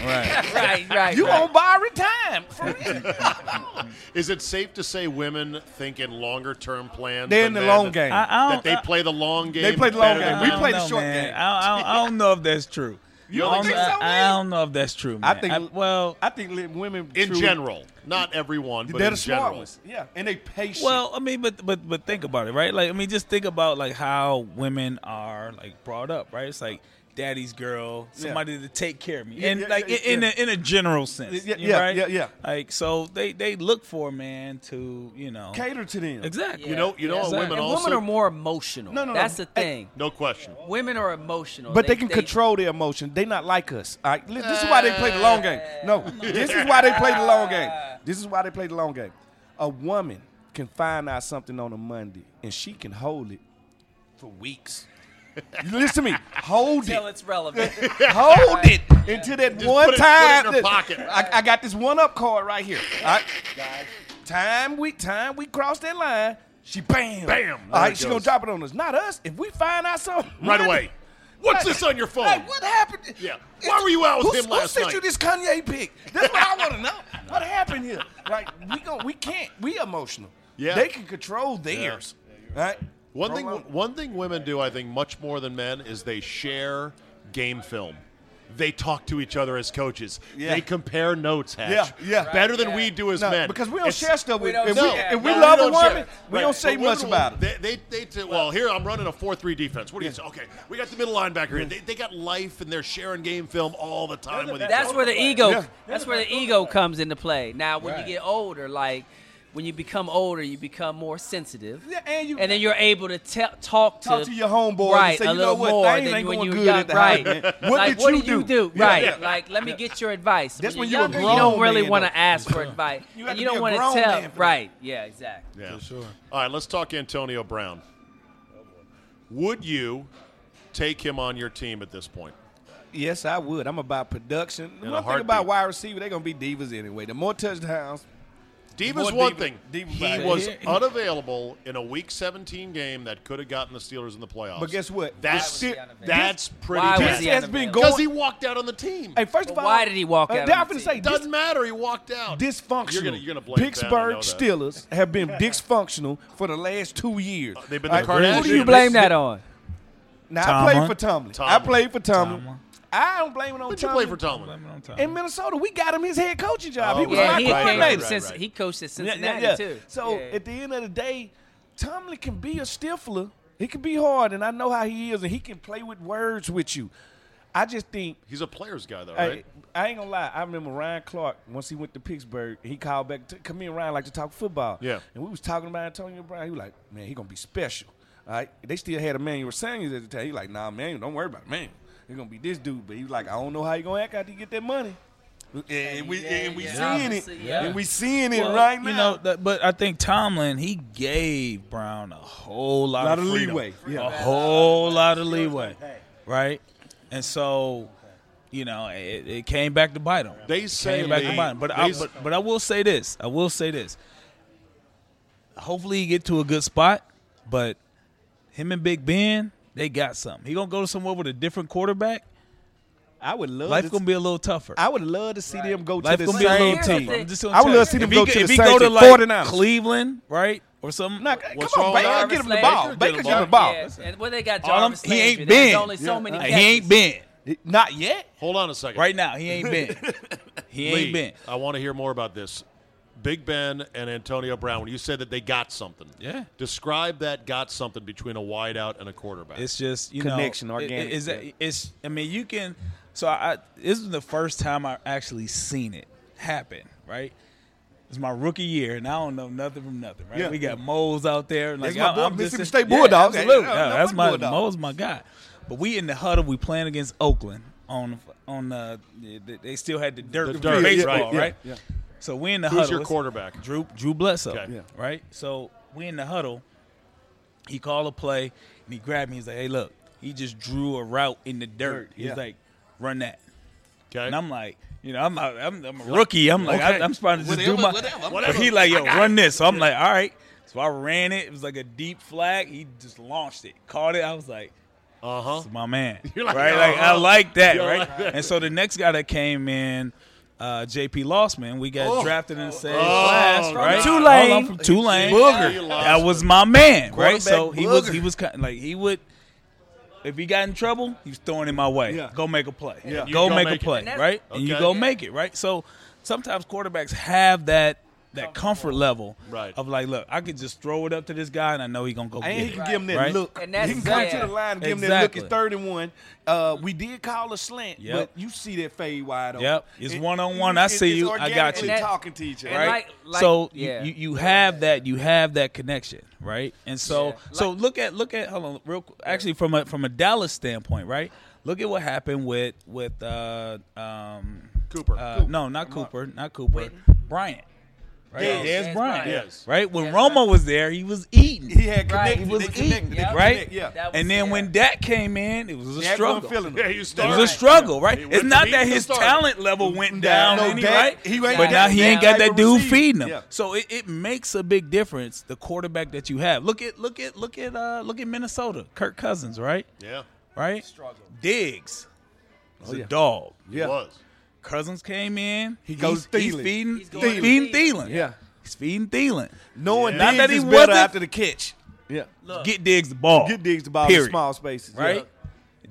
D: right?
E: right, right.
C: you
E: right.
C: on borrowed time? For real.
B: Is it safe to say women think in longer term plans?
C: They're
B: than
C: in the
B: men?
C: long game.
D: I, I
B: That
D: don't,
B: they
D: I-
B: play the long game.
C: play the long
B: better than
C: game. We
B: women?
D: I don't
C: play the
D: know,
C: short
D: man.
C: game.
D: I, I, don't, I don't know if that's true.
C: You
D: I
C: don't
D: don't,
C: think so,
D: I,
C: man?
D: don't know if that's true.
C: I
D: Man.
C: think-
D: well,
C: I think li- women
B: in
C: truly-
B: general, not everyone, but
C: they're
B: in
C: the
B: general.
C: smart ones. Yeah, and they patient.
D: Well, I mean, but but but think about it, right? Like, I mean, just think about like how women are like brought up, right? It's like daddy's girl, somebody to take care of me, and
C: yeah,
D: like
C: yeah,
D: in
C: yeah.
D: a, in a general sense,
C: Yeah,
D: you
C: yeah,
D: right?
C: yeah, yeah.
D: Like, so they they look for a man to you know
C: cater to them.
D: exactly.
B: You know, you know,
D: Yeah.
B: what women
D: Exactly.
E: and
B: also.
E: women are more emotional.
C: No, no, no.
E: that's the
C: Hey,
E: thing.
B: no question.
E: women are emotional,
C: But they, can control their emotion. They not like us. All right? Li- This is why they play the long game. No, this is why they play the long game. This is why they play the long game. A woman can find out something on a Monday, and she can hold it for weeks. Listen to me. Hold
E: Until
C: it.
E: it's relevant.
C: Hold it until that
B: Just
C: one
B: put it- put it in
C: time.
B: her
C: that-
B: pocket.
C: I, I got this one up card right here. All right? Time we time we cross that line, she bam.
B: Bam. There
C: All right,
B: it
C: she gonna
B: goes.
C: drop it on us. Not us. If we find out something
B: Right
C: Monday,
B: away. What's
C: Hey,
B: this on your phone?
C: Hey, what happened?
B: Yeah. Why were you out with
C: who,
B: him
C: who
B: last
C: sent
B: night?
C: you this Kanye pic? That's what I want to know. What happened here? Like we gon' we can't. We emotional.
B: Yeah.
C: They can control theirs. Right.
B: One thing,
C: Promo-
B: one thing women do, I think, much more than men is they share game film.
G: they talk to each other as coaches.
C: Yeah.
G: They compare notes, Hatch.
C: Yeah, yeah. Right,
G: Better than
E: yeah.
G: we do as
C: No,
G: men.
C: because we don't
G: It's-
C: share stuff. With,
E: We don't
C: if we,
E: share.
C: if we
E: No, we
C: love a
G: don't
C: woman,
G: share.
C: we
G: Right.
C: don't say
G: But women
C: much
G: will-
C: about it.
G: They, they, they t- well, here I'm running a 4-3 defense. What do you say? Okay, we got the middle linebacker here. They, they got life and they're sharing game film all the time with each
E: That's
G: other.
E: where the ego.
C: Yeah.
E: That's where the ego comes into play. Now, when you get older, like when you become older, you become more sensitive.
C: Yeah, and you-
E: then you're able to te- talk to
C: Talk to your homeboy
E: right,
C: and say,
E: a
C: you know
E: little
C: what,
E: more
C: things
E: than
C: ain't
E: when
C: going
E: you were
C: good
E: young,
C: at the house,
E: right?
C: man. What
E: like,
C: did
E: what
C: you
E: do you
C: do?
E: do?
C: Yeah.
E: Right,
C: Yeah.
E: like let me get your advice.
C: That's
E: when
C: when
E: you're
C: you a
E: younger, you don't
C: grown
E: really
C: man,
E: want
C: though.
E: to ask for advice,
C: You got
E: and
C: to
E: you
C: be
E: don't
C: a
E: want
C: grown
E: to tell.
C: man for that.
E: Right? Yeah, exactly.
B: Yeah.
D: sure.
B: All right, let's talk Antonio Brown. Would you take him on your team at this point?
C: Yes, I would. I'm about production.
B: a
C: One thing
B: heartbeat.
C: about wide receiver, they're gonna be divas anyway. The more touchdowns,
B: Diva's
C: More
B: one
C: diva-
B: thing.
C: diva
B: he
C: vibe.
B: was
D: Yeah.
B: unavailable in a Week 17 game that could have gotten the Steelers in the playoffs.
C: But guess what?
B: That's
C: Why was
E: he unavailable?
B: that's pretty.
E: Why was
B: bad.
C: this
E: he
C: has
E: unavailable?
C: been
B: Because
C: going.
B: he walked out on the team.
C: hey, first of
E: But
C: all,
E: why did he walk out
C: Uh,
E: on
C: I'm
E: the
C: finna
E: team?
C: say
B: Doesn't matter. He walked out.
C: dysfunctional.
B: You're gonna, you're gonna blame Ben, I
C: Pittsburgh
B: know that.
C: Steelers have been dysfunctional for the last two years.
B: they've been the
C: All right,
B: Kardashians.
C: Who
E: Who do you blame that on?
C: Now I
D: Tomlin.
C: played for Tomlin. I
B: Tomlin.
C: played for Tomlin.
D: Tomlin.
C: I don't blame it on
B: What'd you
C: Tomlin.
B: play for Tomlin?
D: Blaming on Tom.
C: In Minnesota, we got him his head coaching job.
B: Oh,
C: he was
B: right,
E: Yeah,
C: my
E: he,
B: right,
E: came
C: coordinator.
B: right,
E: from
B: right,
E: Cinc-
B: right.
E: he coached at
C: Yeah,
E: Cincinnati
C: yeah, yeah.
E: too.
C: So
E: Yeah.
C: at the end of the day, Tomlin can be a stifler. He can be hard, and I know how he is, and he can play with words with you. I just think
B: He's a players guy, though,
C: Hey,
B: right?
C: I ain't gonna lie. I remember Ryan Clark once he went to Pittsburgh. He called back. To, come in, Ryan, like to talk football.
B: Yeah.
C: And we was talking about Antonio Brown. He was like, man, he gonna be special. All right. They still had Emmanuel Sanders at the time. He like, nah, man, don't worry about it, man. He gonna be this dude. But he was like, I don't know how you gonna act after you get that money. And we and we
E: yeah,
C: seeing it.
E: obviously, yeah.
C: And we seeing it
D: Well,
C: right now.
D: You know, that, but I think Tomlin he gave Brown a whole lot,
C: Lot
D: of,
C: of
D: freedom,
C: leeway, yeah.
D: a whole lot of leeway, right? And so, you know, it, it came back to bite him.
B: They say
D: came back
B: they-
D: to bite him. But
B: they
D: I,
B: s-
D: but, but I will say this. I will say this. Hopefully, he get to a good spot. But him and Big Ben, they got something. He gonna go somewhere with a different quarterback.
C: I would love.
D: Life
C: to,
D: gonna be a little tougher.
C: I would love to see them go
D: Life
C: to the
D: gonna be a
C: same
D: little
E: here's
D: tough.
C: team.
E: the thing.
D: I'm just gonna
C: I would
D: tell
C: love
D: you.
C: to see them
D: If he
C: go
D: could-
C: to the
D: if he
C: Saints
D: go to
C: and
D: like
C: 49ers.
D: Cleveland, right, or something.
C: Nah,
B: What's
C: come
B: wrong
C: on,
B: with
C: Baker,
B: Jarvis
C: give him the
E: Landry?
C: ball.
B: Baker
C: Baker,
B: get
C: give him the
B: him
C: ball.
E: Yeah, and well, they got
D: All I'm-
E: Jarvis
D: he ain't
E: Landry. There's
D: been.
E: only so
C: Yeah.
E: many.
D: He
E: catches.
D: ain't been.
C: Not yet.
B: Hold on a second.
D: Right now, he ain't been. He ain't
B: Lee,
D: been.
B: I want to hear more about this. Big Ben and Antonio Brown. When you said that they got something,
D: Yeah.
B: Describe that got something between a wideout and a quarterback.
D: It's just you
C: Connection,
D: know, it- it-
C: organic,
D: Is that,
C: yeah.
D: it's. I mean, you can. So I, I. This is the first time I've actually seen it happen. Right. It's my rookie year, and I don't know nothing from nothing. Right.
C: Yeah.
D: We got Moles out there, and like
C: That's my
D: I'm-
C: boy,
D: I'm just
C: Mississippi
D: in-
C: State
D: yeah,
C: Bulldogs.
D: absolutely.
C: Hey, no,
D: Yeah, that's
C: fuck
D: my
C: Bulldogs.
D: Moles, my guy. But we in the huddle. We playing against Oakland on on. Uh, they- they still had the dirt,
B: The
D: from
B: dirt,
D: baseball,
B: right, yeah,
D: right? So we in the
B: Who's
D: huddle.
B: your
D: It's-
B: quarterback?
D: Drew Drew Bledsoe,
B: Okay. Yeah.
D: right? So we in the huddle. He called a play and he grabbed me. He's like, "Hey, look!" He just drew a route in the dirt. He's
C: yeah.
D: like, "Run that,"
B: Okay.
D: and I'm like, "You know, I'm out- I'm, I'm a rookie. I'm like,
B: Okay.
D: I, I'm trying to just do
C: Whatever,
D: my."
C: whatever.
D: But he like, "Yo, run this." So I'm like, "All right." So I ran it. It was like a deep flag. He just launched it, caught it. I was like,
B: uh huh.
D: "It's my man,"
B: You're like,
D: right? Like I
B: "Oh."
D: like that,
B: You're
D: right?
B: like that.
D: And so the next guy that came in. Uh, JP Lossman, we got
B: Oh.
D: drafted in the same
B: Oh,
D: class, right?
B: God.
D: Hold on, from Tulane.
B: Booger.
D: That was my man,
C: Quarterback
D: right? So he was
C: booger.
D: he was kind like he would if he got in trouble, he was throwing it my way.
C: Yeah.
D: Go make a play.
C: Yeah.
D: Go,
B: You go
D: make,
B: make
D: a
B: it.
D: play,
E: And that's-
D: right? And you
B: Okay.
D: go
B: Yeah.
D: make it, right? So sometimes quarterbacks have that that comfort level
B: Right.
D: of like, look, I could just throw it up to this guy and I know he gonna go
C: And he
D: get
C: can
D: it.
C: give him that
D: right?
C: look.
E: And that's
C: he can come
E: sad.
C: to the line and give him that look. It's
D: Exactly.
C: third and one. Uh, we did call a slant,
D: Yep.
C: but you see that fade wide open.
D: Yep. It's
C: It-
D: one-on-one. I
C: it's-
D: see
C: it's
D: you. I got
C: organically
E: you. And that-
C: talking to each other.
E: and
D: right?
E: like- like-
D: so you-
E: yeah.
D: you, you have that you have that connection, right? And so
E: Yeah.
D: so look at look at hold on real qu- actually from a from a Dallas standpoint, right? Look at what happened with with uh, um,
B: Cooper.
D: uh, no not Cooper not Cooper Bryant, right?
E: Dez.
D: Dez Bryant,
E: Dez Bryant.
B: Yes.
D: right? When
E: Dez
D: Romo
E: Bryant.
D: was there, he was eating.
C: He had
E: Right.
C: connected.
E: He
D: was
C: they
D: eating,
C: connected. they
E: yep.
D: Right,
C: connected, Yeah.
E: That was-
D: and then when
E: yeah.
D: Dak came in, it was a
C: Yeah, everyone
D: struggle.
C: feeling
B: Yeah,
C: him.
B: you
D: It
B: started.
D: was a struggle, right?
B: He went
D: It's
B: to
D: not
B: be
D: that
B: the
D: his
B: starter.
D: talent level went down,
C: No,
D: any,
C: Dak-
D: right?
C: he ain't
D: but
E: got
D: now he
C: Dak
D: ain't got
C: like
D: that
C: a
D: dude
C: receiver.
D: feeding him.
C: Yeah.
D: So it, it makes a big difference the quarterback that you have. Look at look at look at uh look at Minnesota, Kirk Cousins, right?
B: Yeah.
D: Right?
E: Struggle.
D: Diggs is
C: Oh, yeah.
D: a dog.
B: He was.
D: Cousins came in. He
C: goes
D: he's,
C: Thielen.
D: feeding he's
E: He's going
D: feeding
E: Thielen.
D: Thielen.
C: Yeah.
D: He's feeding Thielen.
C: Knowing
D: Not
C: Diggs
D: that he
C: is better
D: wasn't-
C: after the catch. Yeah.
E: Look,
D: Get Diggs the ball.
C: Get Diggs the ball in
D: Period.
C: small spaces.
D: Right?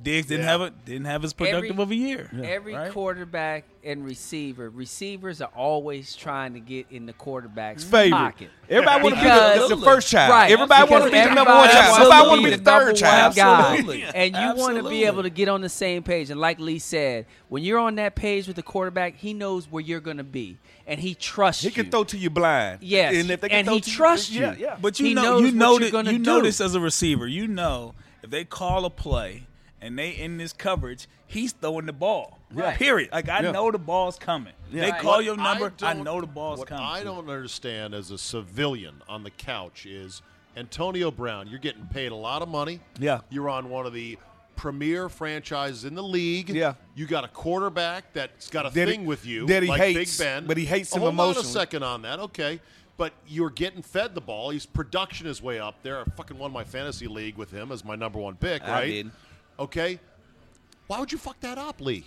D: Diggs didn't
B: Yeah.
D: have it. Didn't have as productive
E: Every-
D: of a year.
E: Every
D: right?
E: quarterback and receiver, receivers are always trying to get in the quarterback's
C: favorite.
E: pocket.
C: Everybody want to be
E: Because-
C: the- the, first child.
E: Right.
C: Everybody want to
E: Because
C: be the number one
E: everybody
C: child.
E: wants to
C: Somebody want to be the
E: number
C: third child.
E: one guy.
D: Absolutely.
E: And you want to
D: Absolutely.
E: be able to get on the same page. And like Lee said, when you're on that page with the quarterback, he knows where you're going to be, and he trusts
C: He
E: you.
C: can throw to you blind.
E: Yes,
C: And if they can
E: and
C: throw
E: he
C: to
E: trusts
C: Yeah,
E: you.
C: yeah.
D: But you
E: He
D: know,
E: knows
D: you
E: what
D: know
E: you're
D: that
E: gonna
D: you know
E: do.
D: this as a receiver. You know if they call a play and they in this coverage, he's throwing the ball.
E: Right.
D: Period. Like I
C: Yeah.
D: know the ball's coming. They
E: Right.
D: call
E: What
D: your number. I,
B: don't-
D: know the ball's
B: what
D: coming.
B: I don't understand as a civilian on the couch is Antonio Brown. You're getting paid a lot of money.
C: Yeah.
B: You're on one of the premier franchises in the league.
C: Yeah.
B: You got a quarterback that's got a
C: That he-
B: thing with you.
C: that he
B: like
C: hates,
B: Big Ben.
C: but he hates him
B: Hold
C: emotionally.
B: on a second on that. Okay. But you're getting fed the ball. His production is way up there. I fucking won my fantasy league with him as my number one pick,
E: I
B: right?
E: did.
B: Okay. Why would you fuck that up, Lee?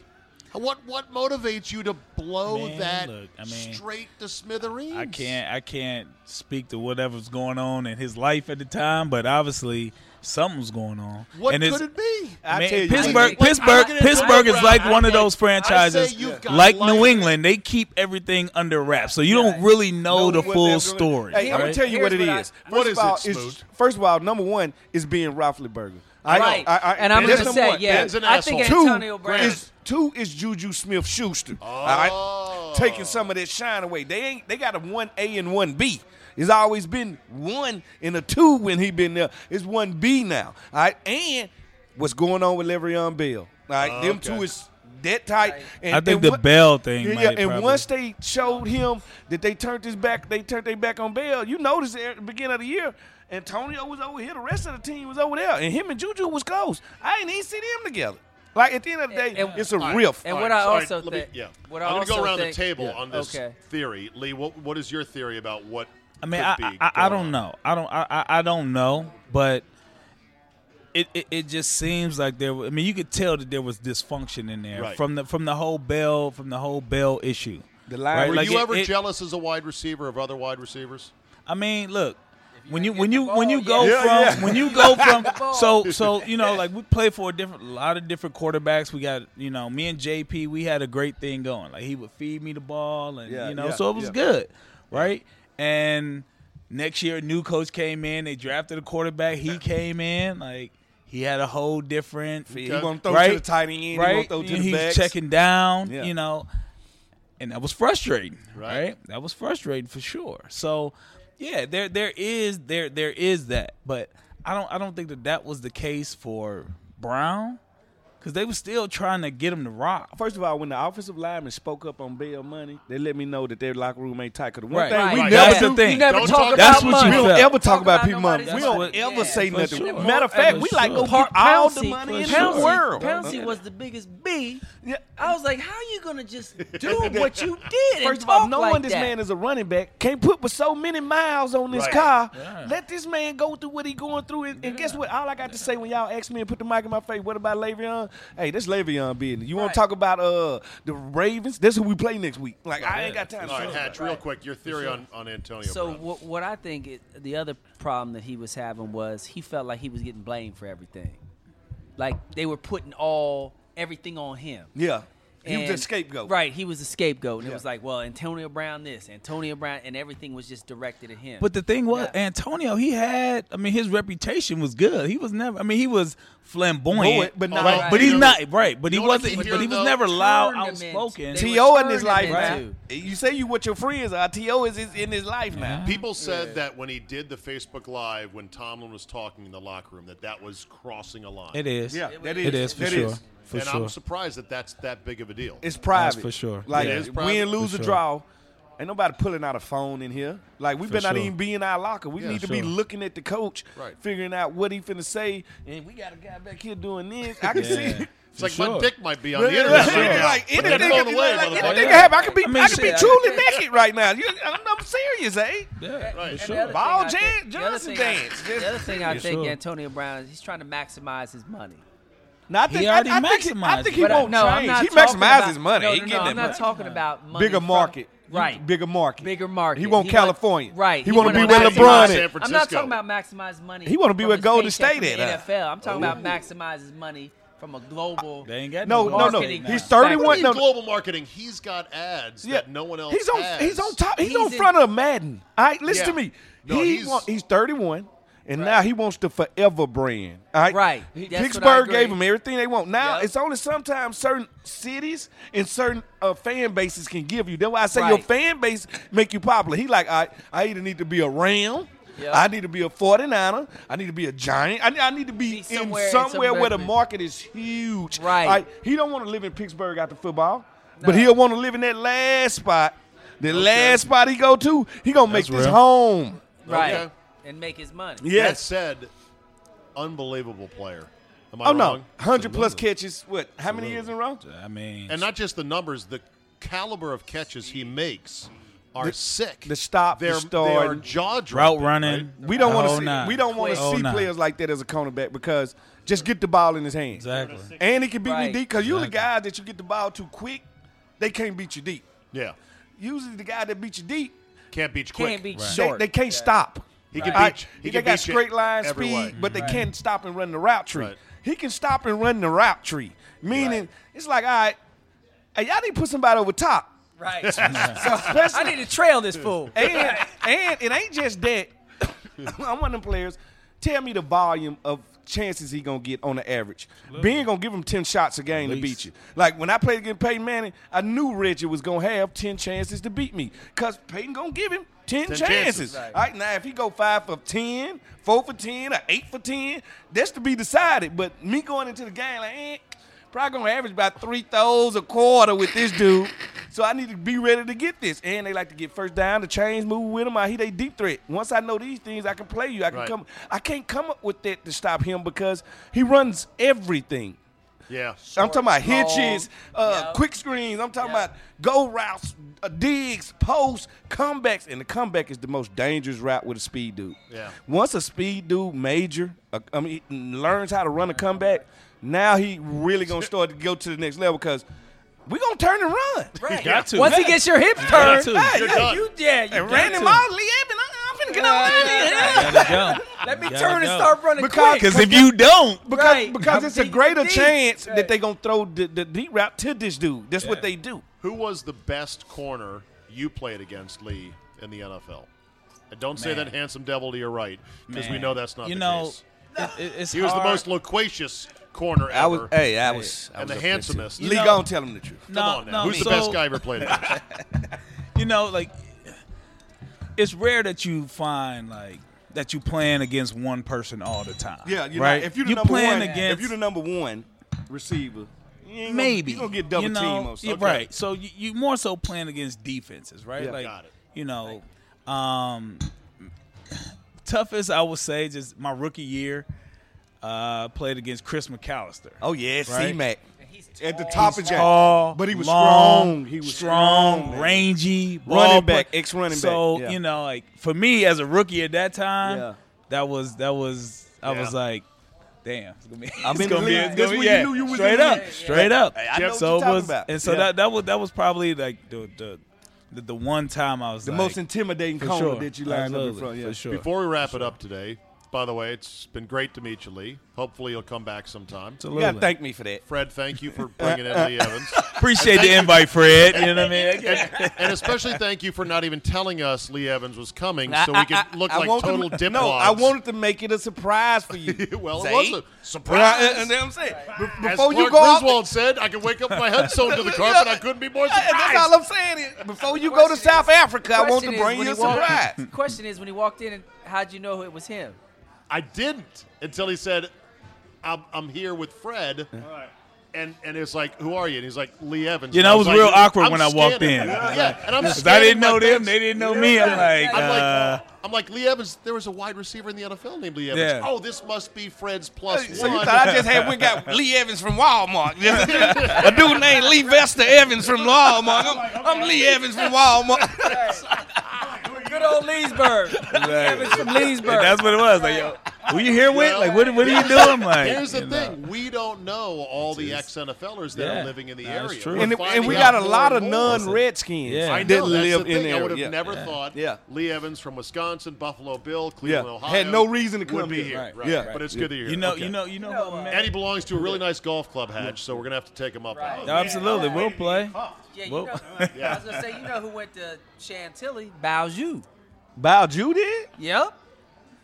B: What what motivates you to blow
D: Man,
B: that
D: look, I mean,
B: straight to smithereens?
D: I can't I can't speak to whatever's going on in his life at the time, but obviously something's going on.
B: What
D: and it's-
B: could it be?
D: I mean,
C: tell you,
D: Pittsburgh,
E: I-
D: Pittsburgh,
E: I- I-
D: Pittsburgh
B: I-
D: is like
B: I-
D: one of
B: I- I
D: those
B: say
D: franchises,
B: you've got
D: like New
B: life.
D: England. They keep everything under wraps, so you don't really
C: know
D: know the
C: what
D: full
C: they're doing.
D: story.
C: Hey, I'm gonna
D: right?
C: tell you what it
E: Here's
C: is.
E: what I-
C: First
B: What
C: of
B: is
C: all,
B: it,
C: it's-
B: Smoot?
C: First of all, number one is being Roethlisberger.
E: Right. and I'm
C: that's
E: going to
C: number
E: say,
C: one.
E: yeah,
B: Ben's an
E: I think
B: asshole.
E: Antonio
C: two
E: Brown.
C: is two is Juju Smith Schuster. All
B: Oh.
C: right, taking some of that shine away. They ain't they got a one A and one B. It's always been one and a two when he been there. It's one B now. All right, and what's going on with Le'Veon Bell? All right, them two is that tight. And,
D: I think
C: and
D: the
C: what-
D: Bell thing
C: Yeah,
D: might
C: yeah, and
D: probably-
C: once they showed him that they turned his back, they turned their back on Bell. You noticed at the beginning of the year, Antonio was over here, the rest of the team was over there, and him and Juju was close. I ain't even see them together. Like at the end of the day,
E: And-
C: it's a
B: All right.
C: riff.
E: And
B: All
E: what
B: right.
E: I
B: All right.
E: also
B: Let me-
E: think-
B: yeah.
E: what I
B: I'm gonna
E: also
B: go around
E: think-
B: the table
E: Yeah.
B: on this
E: Okay.
B: theory, Lee. What what is your theory about what?
D: I mean,
B: could
D: I,
B: be
D: I, I
B: going
D: don't
B: on?
D: know. I don't. I, I, I don't know. But it, it it just seems like there. wa- I mean, you could tell that there was dysfunction in there
B: Right.
D: from the from the whole Bell from the whole Bell issue.
C: The line-
D: Right?
B: Were
D: Like,
B: you
D: it-
B: ever
D: it-
B: jealous as a wide receiver of other wide receivers?
D: I mean, look. When you when you when you go
E: ball,
C: yeah.
D: from
C: Yeah, yeah.
D: when you go from so so you know like we play for a different a lot of different quarterbacks. We got you know me and JP. We had a great thing going. Like he would feed me the ball and
C: Yeah,
D: you know
C: yeah,
D: so it was
C: yeah.
D: good, right? And next year a new coach came in. They drafted a quarterback. He came in like he had a whole different
C: He gonna throw
D: right?
C: to the tight end. He gonna
D: right?
C: throw to
D: and
C: the
D: he's
C: backs.
D: checking down,
C: Yeah.
D: you know, and that was frustrating,
B: Right.
D: right. That was frustrating for sure. So, yeah, there there is there there is that, but I don't I don't think that that was the case for Brown because they were still trying to get him to rock.
C: First of all, when the offensive lineman spoke up on Bell money, they let me know that their locker room ain't tight. Cause the one
D: Right.
C: thing we
B: Right.
C: never
D: That's
C: do,
D: the thing.
E: You never
B: Don't
E: talk,
B: talk
E: about
D: That's what you
E: money.
C: we don't
D: felt.
C: ever talk about people money.
E: nobody's
C: We
D: That's
C: don't
D: what-
C: ever
D: yeah,
C: say
D: for
C: nothing.
D: sure.
C: Matter of fact,
D: For
C: we like go
D: sure.
C: get all the money in
D: sure.
C: the world.
E: Pouncey was the biggest B. I was like, how are you gonna just do what you did?
C: First
E: and
C: of all,
E: talk
C: knowing
E: like
C: this
E: that?
C: man is a running back, can't put with so many miles on this
B: Right.
C: car.
D: Yeah.
C: Let this man go through what he going through. And, and guess what? All I got to say when y'all ask me and put the mic in my face, what about Le'Veon? Hey, this Le'Veon business. You want
E: Right.
C: to talk about uh the Ravens? That's who we play next week. Like I ain't got time.
B: All
C: to
B: right,
C: talk about
B: Hatch,
C: it.
B: real quick, your theory on, on Antonio
E: So
B: Brown.
E: what, what I think it, the other problem that he was having was he felt like he was getting blamed for everything. Like they were putting all everything on him.
C: Yeah, he was
E: And-
C: a scapegoat.
E: Right, he was a scapegoat. And
C: Yeah.
E: it was like, well, Antonio Brown this, Antonio Brown, and everything was just directed at him.
D: But the thing was,
E: Yeah.
D: Antonio, he had, I mean, his reputation was good. He was never, I mean, he was
C: Boy,
D: flamboyant,
C: but not-
D: right,
E: Right.
D: but he's
B: You know-
D: not right. But he
B: you know what I
D: wasn't.
B: keep
D: But he
B: hearing,
D: was
B: though?
D: never loud,
E: Tournaments.
D: outspoken.
E: They
C: To in his
E: Turn
C: life
E: him
C: now.
E: into.
C: You say you what your friends are. To is is in his life now.
B: People said that when he did the Facebook Live, when Tomlin was talking in the locker room, that that was crossing a line.
D: It is.
C: Yeah, that
D: It
C: is.
D: is for
C: That
D: sure.
C: is.
D: For
B: and
D: sure.
B: I'm surprised that that's that big of a deal.
C: It's private.
D: for sure.
C: Like
D: Yeah.
B: It is private.
C: win, lose, or
D: For sure.
C: draw. Ain't nobody pulling out a phone in here. Like we
D: For
C: better not
D: sure.
C: even be in our locker. We
D: Yeah,
C: need to be
D: sure.
C: looking at the coach,
B: Right.
C: figuring out what he finna say. And we got a guy back here doing this. I can see.
B: It's like my
D: sure.
B: dick might be on
C: Like,
B: the internet.
D: sure.
B: right now.
C: like,
B: Put that
C: anything,
B: phone
C: can-
B: away,
C: like,
B: motherfucker.
C: anything can happen. I could be, I,
D: I mean,
C: could
D: shit,
C: be
D: I-
C: truly naked right now. You, I'm, I'm serious, eh?
D: Yeah,
B: Right.
D: for
B: And
D: sure.
E: The other
C: Ball
E: thing I
C: Jan-
E: think- the other
C: Johnson
E: thing I-
C: dance.
E: The other thing I
D: Yes,
E: think
D: sir.
E: Antonio Brown is he's trying to maximize his money.
C: Now, I
D: He
C: think, I,
D: already
C: I think, he, I
D: maximized
C: think
D: it.
C: he
D: But I-
C: won't
E: no, I'm
C: change.
E: not
C: He
E: talking
C: maximizes
E: about-
C: his money.
E: No,
C: he
E: no,
C: getting
E: no, I'm
C: that
E: not
C: money.
E: talking about money
C: Bigger
E: from-
C: market.
E: Right.
C: Bigger market.
E: Bigger market.
C: He want
E: want-
C: California.
E: right?
C: He wanna
E: wanna
C: be where
E: maximize-
C: LeBron at.
B: San
E: I'm not
B: Francisco.
E: talking about maximize money.
C: He wanna be
E: from
C: where
E: his
C: Golden
E: paycheck
C: State
E: from
C: at,
E: the
C: huh? Oh,
E: NFL. I'm talking about maximize his money from a global.
D: They ain't got
C: No,
D: no
C: no, no. He's
E: Marketing. Back-
B: What do
C: 31.
B: you
C: No,
B: mean global marketing? He's got ads that no one else
C: He's on.
B: has.
C: He's on top. He's,
E: He's
C: on
E: in-
C: front of Madden. All right, listen
B: Yeah.
C: to me.
B: No,
C: he
B: he's-
C: he's, he's 31, and now he wants the forever brand. All right,
E: Right.
C: He-
E: That's what I
C: Pittsburgh
E: agree.
C: gave him everything they want. Now
E: Yep.
C: it's only sometimes certain cities and certain uh, fan bases can give you. That's why I say your
E: Right.
C: fan base make you popular. He like I I either need to be a Ram.
E: Yep.
C: I need to be a 49er. I need to be a Giant. I need, I need to be,
E: Be somewhere
C: in
E: in some
C: somewhere where the
E: revenue.
C: market is huge.
E: Right.
C: All He don't want to live in Pittsburgh after football, but he'll want to live in that last spot. The last spot he go to, he gonna make
D: That's
C: this
D: real.
C: home.
E: right.
B: Okay.
E: And make his money.
B: That
C: Yes.
B: said, unbelievable player. Am I
C: Oh no,
B: wrong?
C: hundred plus
B: Absolutely.
C: catches. What? How many years in a row?
D: I mean,
B: And not just the numbers, the caliber of catches he makes are sick.
C: the stop, the
B: They're, they
C: start.
B: are jaw
D: route
B: dropping.
D: running.
C: We don't want
D: Oh,
C: to see.
D: nah.
C: We don't want to
D: Oh,
C: see
D: nah.
C: players like that as a cornerback because just get the ball in his hands.
D: Exactly.
C: And he can beat me
E: Right.
C: deep because usually guys that you get the ball too quick, they can't beat you deep.
B: Yeah.
C: Usually the guy that beat you deep,
B: Can't beat you quick.
E: Can't be
D: Right.
C: they,
E: short.
C: they can't stop.
B: He can
C: All right,
B: beat you- he
C: They
B: can
C: got
B: beat you
C: straight line
B: every
C: speed,
B: way.
C: but they can't stop and run the route tree.
B: Right.
C: He can stop and run the route tree, meaning it's like, all right, hey, y'all need to put somebody over top.
E: right. I need to trail this fool.
C: And, and it ain't just that. I'm one of them players. Tell me the volume of chances he gonna get on the average. Ben gonna give him ten shots a game to
D: least.
C: beat you. Like when I played against Peyton Manning, I knew Reggie was gonna have ten chances to beat me because Peyton gonna give him ten,
B: 10
C: chances.
B: chances.
C: All right now, if he go five for 10, 4 for ten, or eight for ten, that's to be decided. But me going into the game like. Eh, Probably gonna average about three throws a quarter with this dude. So I need to be ready to get this. And they like to get first down, the chains move with him. I hear they deep threat. Once I know these things, I can play you. I can
B: Right.
C: come. I can't come up with that to stop him because he runs everything.
B: Yeah.
C: I'm talking about
E: long.
C: hitches, uh,
E: Yep.
C: quick screens. I'm talking
E: Yep.
C: about go routes, uh, digs, posts, comebacks, and the comeback is the most dangerous route with a speed dude.
B: Yeah.
C: Once a speed dude major, uh, I mean, he learns how to run a comeback. Now he really gonna start to go to the next level because we gonna turn and run.
E: Right.
D: got to.
E: Once he gets your hips
D: got
E: turned,
D: to.
E: hey,
D: You're
E: yeah,
B: done.
E: you yeah, you
C: And
E: got
C: Randy
E: to.
C: Mosley, Evan, I'm finna get on out of here.
D: Gotta go.
E: Let me
D: Gotta
E: turn and
D: go.
E: start running
C: Because-
E: quick.
D: Because if you don't,
C: Because,
E: Right.
C: because
E: I'm
C: it's a
E: deep,
C: greater
E: deep.
C: chance
E: Right.
C: that they gonna throw the, the deep route to this dude. That's what
D: Yeah.
C: they do.
B: Who was the best corner you played against, Lee, in the NFL? And don't say
D: Man.
B: that handsome devil to your right, because we
D: Man.
B: know that's not
D: you
B: the
D: know,
B: case.
D: it- it- it's
B: He was the
D: hard.
B: most loquacious corner ever.
C: I was, hey, I was, I
B: and the
C: was up there, too.
B: handsomest.
C: Lee,
D: You know-
C: gonna tell him the truth.
D: No,
B: Come on now.
D: no,
B: Who's the
D: so-
B: best guy you ever played against?
D: you know, like it's rare that you find like that you playing against one person all the time.
C: Yeah, you
D: right.
C: know, if you're the
D: you
C: number
D: playing
C: one,
D: against
C: if you're the number one receiver, you ain't
D: maybe
C: gonna, you gonna get double
D: you know,
C: team or something.
D: yeah, Right. So you, you more so playing against defenses, right?
C: Yeah.
D: like
B: Got it.
D: you know, um, toughest I would say just my rookie year. Uh, played against Chris McAllister.
C: Oh yeah, C
D: Right.
C: Mac at the top of
D: tall,
C: Jack, but he was
D: long,
C: strong. He was
D: strong,
C: man.
D: rangy,
C: Running
D: ball
C: back,
D: play-
C: ex-running
D: So
C: back, yeah.
D: you know, like for me as a rookie at that time,
C: Yeah.
D: that was that was I was
B: Yeah.
D: like, damn, it's gonna be,
C: I'm
D: it's
C: in the
D: gonna be,
C: league.
D: it's gonna
C: That's when
D: be-
C: you
D: yeah,
C: knew you was in
D: straight
C: the
D: up,
C: league.
D: straight up.
C: Hey, I know what
D: so
C: you're
D: it
C: talking
D: was,
C: about.
D: and so
C: Yeah.
D: that that was that was probably like the the the, the one time I was
C: the
D: like,
C: most intimidating
D: for
C: corner
D: sure,
C: that you lined up in
D: Absolutely,
C: front. Yeah.
D: for sure.
B: Before we wrap it up today, by the way, it's been great to meet you, Lee. Hopefully, you'll come back sometime.
C: You gotta thank me for that.
B: Fred, thank you for bringing in Lee Evans.
D: Appreciate the invite, Fred. You know what I mean?
B: And, and especially thank you for not even telling us Lee Evans was coming so
C: I-
B: we could
C: I-
B: look
C: I
B: like
C: wanted
B: total
C: to,
B: diplods.
C: No, I wanted to make it a surprise for you.
B: well,
C: See?
B: it was a
C: But I-
B: surprise.
C: and that's what I'm saying. Be-
B: As
C: Before you
B: Clark
C: go out,
B: Griswold said, I could wake up with my head sewn to the carpet. I couldn't be more
C: Yeah,
B: surprised.
C: that's all I'm saying. Is, before you go to South Africa, I want to
E: Question is
C: bring
E: when
C: you a
E: he walked-
C: surprise.
E: Question is when he walked in, and how'd you know it was him?
B: I didn't until he said, I'm, I'm here with Fred. And, and it's like, who are you? And he's like, Lee Evans.
D: You
B: And
D: know,
B: I
D: it
B: was
D: was
B: like,
D: real awkward
B: I'm
D: when I walked
B: scanning.
D: in.
B: Yeah, and I'm
D: Because I
B: scanning
D: didn't
B: my
D: know them,
B: face.
D: they didn't know me. I'm like,
B: I'm like,
D: uh,
B: I'm like Lee Evans. There was a wide receiver in the NFL named Lee Evans.
D: Yeah.
B: Oh, this must be Fred's plus
C: So you
B: one.
C: thought I just had we got Lee Evans from Walmart. a dude named Lee Vester Evans from Walmart. I'm, I'm Lee Evans from Walmart.
E: Good old Leesburg. Evans from Leesburg.
D: that's what it was. Like, yo, Who you here with?
B: Well,
D: Like, what, what are you doing? Like,
B: Here's the
D: you know.
B: thing: we don't know all the ex NFLers that
D: Yeah,
B: are living in the
D: that's
B: area,
D: true.
B: We're
C: And, and
B: finding
C: we
B: out
C: got a
B: more
C: lot
B: and
C: of
B: more.
C: non-Redskins
D: Yeah.
C: yeah.
D: I
B: I
C: that
B: know, that's
C: live
B: the thing.
C: in there.
B: I would have
C: yeah.
B: never thought
C: Yeah.
B: Lee Evans from Wisconsin, Buffalo Bill,
C: yeah.
B: Cleveland, Ohio,
C: had no reason to
B: would
C: come
B: be
C: here.
B: here.
D: Right,
B: Right,
C: yeah.
B: but it's good to hear.
D: You know,
B: Okay.
D: you know, you know, what, man?
B: And he belongs to a really nice golf club, Hatch. So we're gonna have to take him up. on it.
D: Absolutely, we'll play.
E: Yeah, you
D: Well-
E: know, I was gonna say, you know who went to Chantilly? Bowju.
C: Bow Judy.
E: Yep.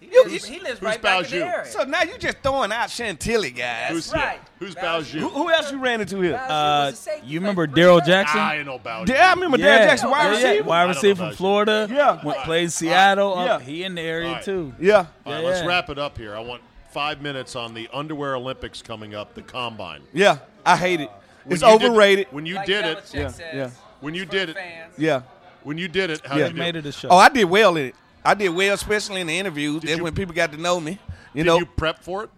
E: He
C: You-
E: lives, he lives
B: who's
E: right back in
B: Bao
E: the
B: Zhu?
E: area.
C: So now you just throwing out Chantilly guys.
B: Who's
E: That's right.
B: yeah, Who's
E: Bao
B: Bao
C: who,
B: Zhu?
C: who else you ran into here?
E: Bao Zhu
D: Uh,
E: was a safety
D: you
E: play
D: remember
E: for Detroit.
D: Daryl Jackson?
B: I know Bao Zhu.
C: yeah, I remember Darryl Jackson, wide
D: yeah, yeah.
C: receiver.
D: Wide
B: I don't know
D: receiver
B: about
D: from
B: you.
D: Florida.
C: Yeah.
D: went, played Seattle. Up,
C: Yeah.
D: he in the area
B: All right.
D: too.
C: Yeah.
B: All right,
D: Yeah,
B: let's
D: yeah.
B: wrap it up here. I want five minutes on the underwear Olympics coming up, the combine.
C: Yeah. I hate it.
B: When
C: It's
B: you did-
C: overrated.
B: when you
E: Like
B: did
E: Belichick
B: it,
C: Yeah,
E: says,
C: yeah.
B: when you
E: for
B: did
E: the
B: it,
E: fans.
C: yeah.
B: when you did it, how
C: Yeah.
B: did you do?
D: Made it a show.
C: Oh, I did well in it. I did well, especially in the interviews. That's
B: you-
C: when people got to know me. You
B: did
C: know,
B: you prep for it?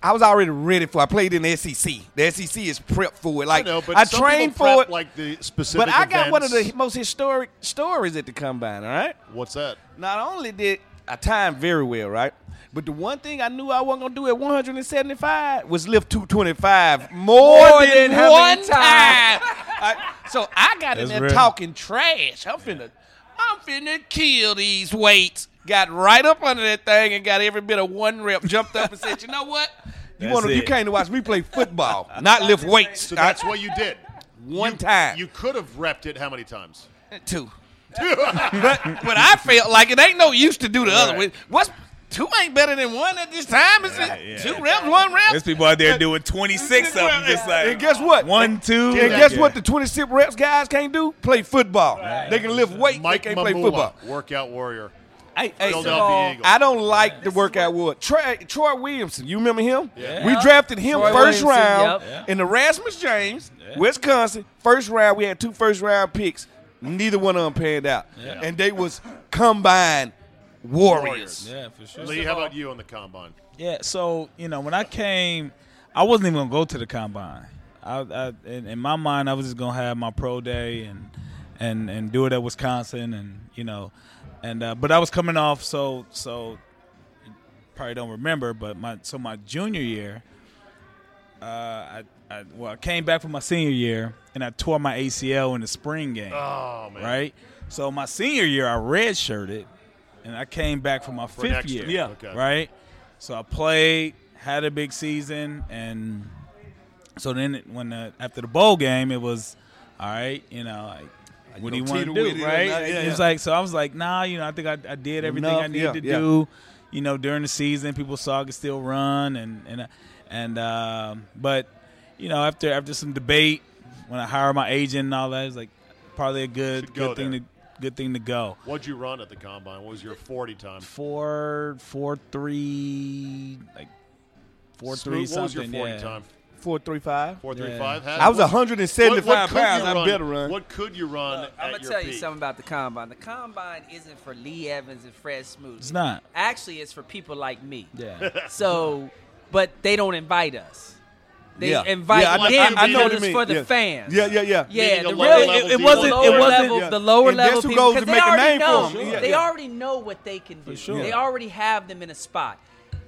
C: I was already ready for. it. I played in the SEC. The SEC is prepped for it. Like
B: I know, but some
C: trained
B: people prep
C: for it.
B: Like the specific.
C: but I got one of the
B: events.
C: most historic stories at the combine. All right.
B: What's that?
C: Not only did I time very well, right, but the one thing I knew I wasn't gonna do at 175 was lift 225 more,
E: More
C: than,
E: than how
C: one
E: many
C: time.
E: times?
C: I- so I got in
D: That's
C: there
D: real.
C: talking trash. I'm finna, I'm finna kill these weights. Got right up under that thing and got every bit of one rep. Jumped up and said, "You know what? You
D: That's
C: want you
D: it.
C: came to watch me play football, not lift weights."
B: So that's what you did.
C: one
B: You-
C: time,
B: You could have repped it how many times?
C: two. but but I felt like it ain't no use to do the other one. What's two ain't better than one at this time? It's just
D: yeah.
C: two reps, one rep.
D: There's people out there doing 26 of them. Just like
C: and guess what?
D: One, two.
C: And guess what? The 26 reps guys can't do play football. They can lift weight.
B: Mike
C: they can't play
B: Mamula,
C: football.
B: workout warrior,
C: Hey, hey,
B: Philadelphia
E: all,
B: Eagles.
C: I don't like the workout wood. Troy, Troy Williamson, you remember him?
B: Yeah.
C: We drafted him
E: Troy
C: first
E: Williamson,
C: round
E: yep.
C: in the Rasmus James, Wisconsin. First round, we had two first round picks. Neither one of them panned out, and they was combined warriors.
D: Yeah, for sure.
B: Lee, how about you on the combine?
D: Yeah, so you know, when I came, I wasn't even gonna go to the combine. I, I in, in my mind, I was just gonna have my pro day and and and do it at Wisconsin, and you know, and uh, but I was coming off, so so you probably don't remember, but my so my junior year, uh, I, I well I came back from my senior year and I tore my ACL in the spring game
B: Oh man,
D: right? So my senior year, I redshirted, and I came back for my fifth
B: next
D: year.
B: year, Yeah. okay.
D: Right. So I played, had a big season, and so then it- when the, after the bowl game, it was all right. You know, like, what do you
C: go
D: want to
C: teeter
D: do?
C: with it or
D: Right?
C: not, yeah,
D: it was
C: yeah.
D: like so. I was like, nah. You know, I think I, I did everything I
C: Enough,
D: needed
C: yeah,
D: to
C: yeah.
D: do. You know, during the season, people saw I could still run, and and and um, but you know, after after some debate, when I hired my agent and all that, it was like probably a good
B: Should go
D: good thing
B: there.
D: to good thing to go.
B: What'd you run at the combine? What was your 40 time?
D: Four four three like four three
B: Smoot, what was your
D: something.
B: 40
D: yeah.
B: time?
C: Four, three, five.
B: 435?
C: I was
B: What-
C: 175
B: what- what could
C: pounds.
B: you
C: I better run.
B: What could you run at
E: I'm gonna
B: your
E: tell you
B: peak?
E: something about the combine. The combine isn't for Lee Evans and Fred Smooth.
D: It's not.
E: Actually, it's for people like me.
D: Yeah.
E: So, but they don't invite us. They
C: Yeah.
E: invite
C: Yeah, I- I-
E: them
B: I know
E: because
B: what you
E: it's
C: mean.
E: for the
C: Yeah.
E: fans.
C: Yeah, yeah, yeah.
E: Yeah,
B: Meaning
E: the
B: a
E: real,
B: lower
D: level
E: it, it
D: D1.
E: wasn't,
D: Lower
E: it wasn't
D: level,
E: the lower
C: And that's
E: level
C: who
E: people
C: goes
E: because
C: to
E: they
C: make a
E: already
C: name for
E: know.
C: them. Yeah,
E: They
C: yeah.
E: already know what they can do.
D: sure.
E: They
D: Yeah.
E: already have them in a spot.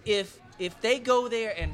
E: If if they go there and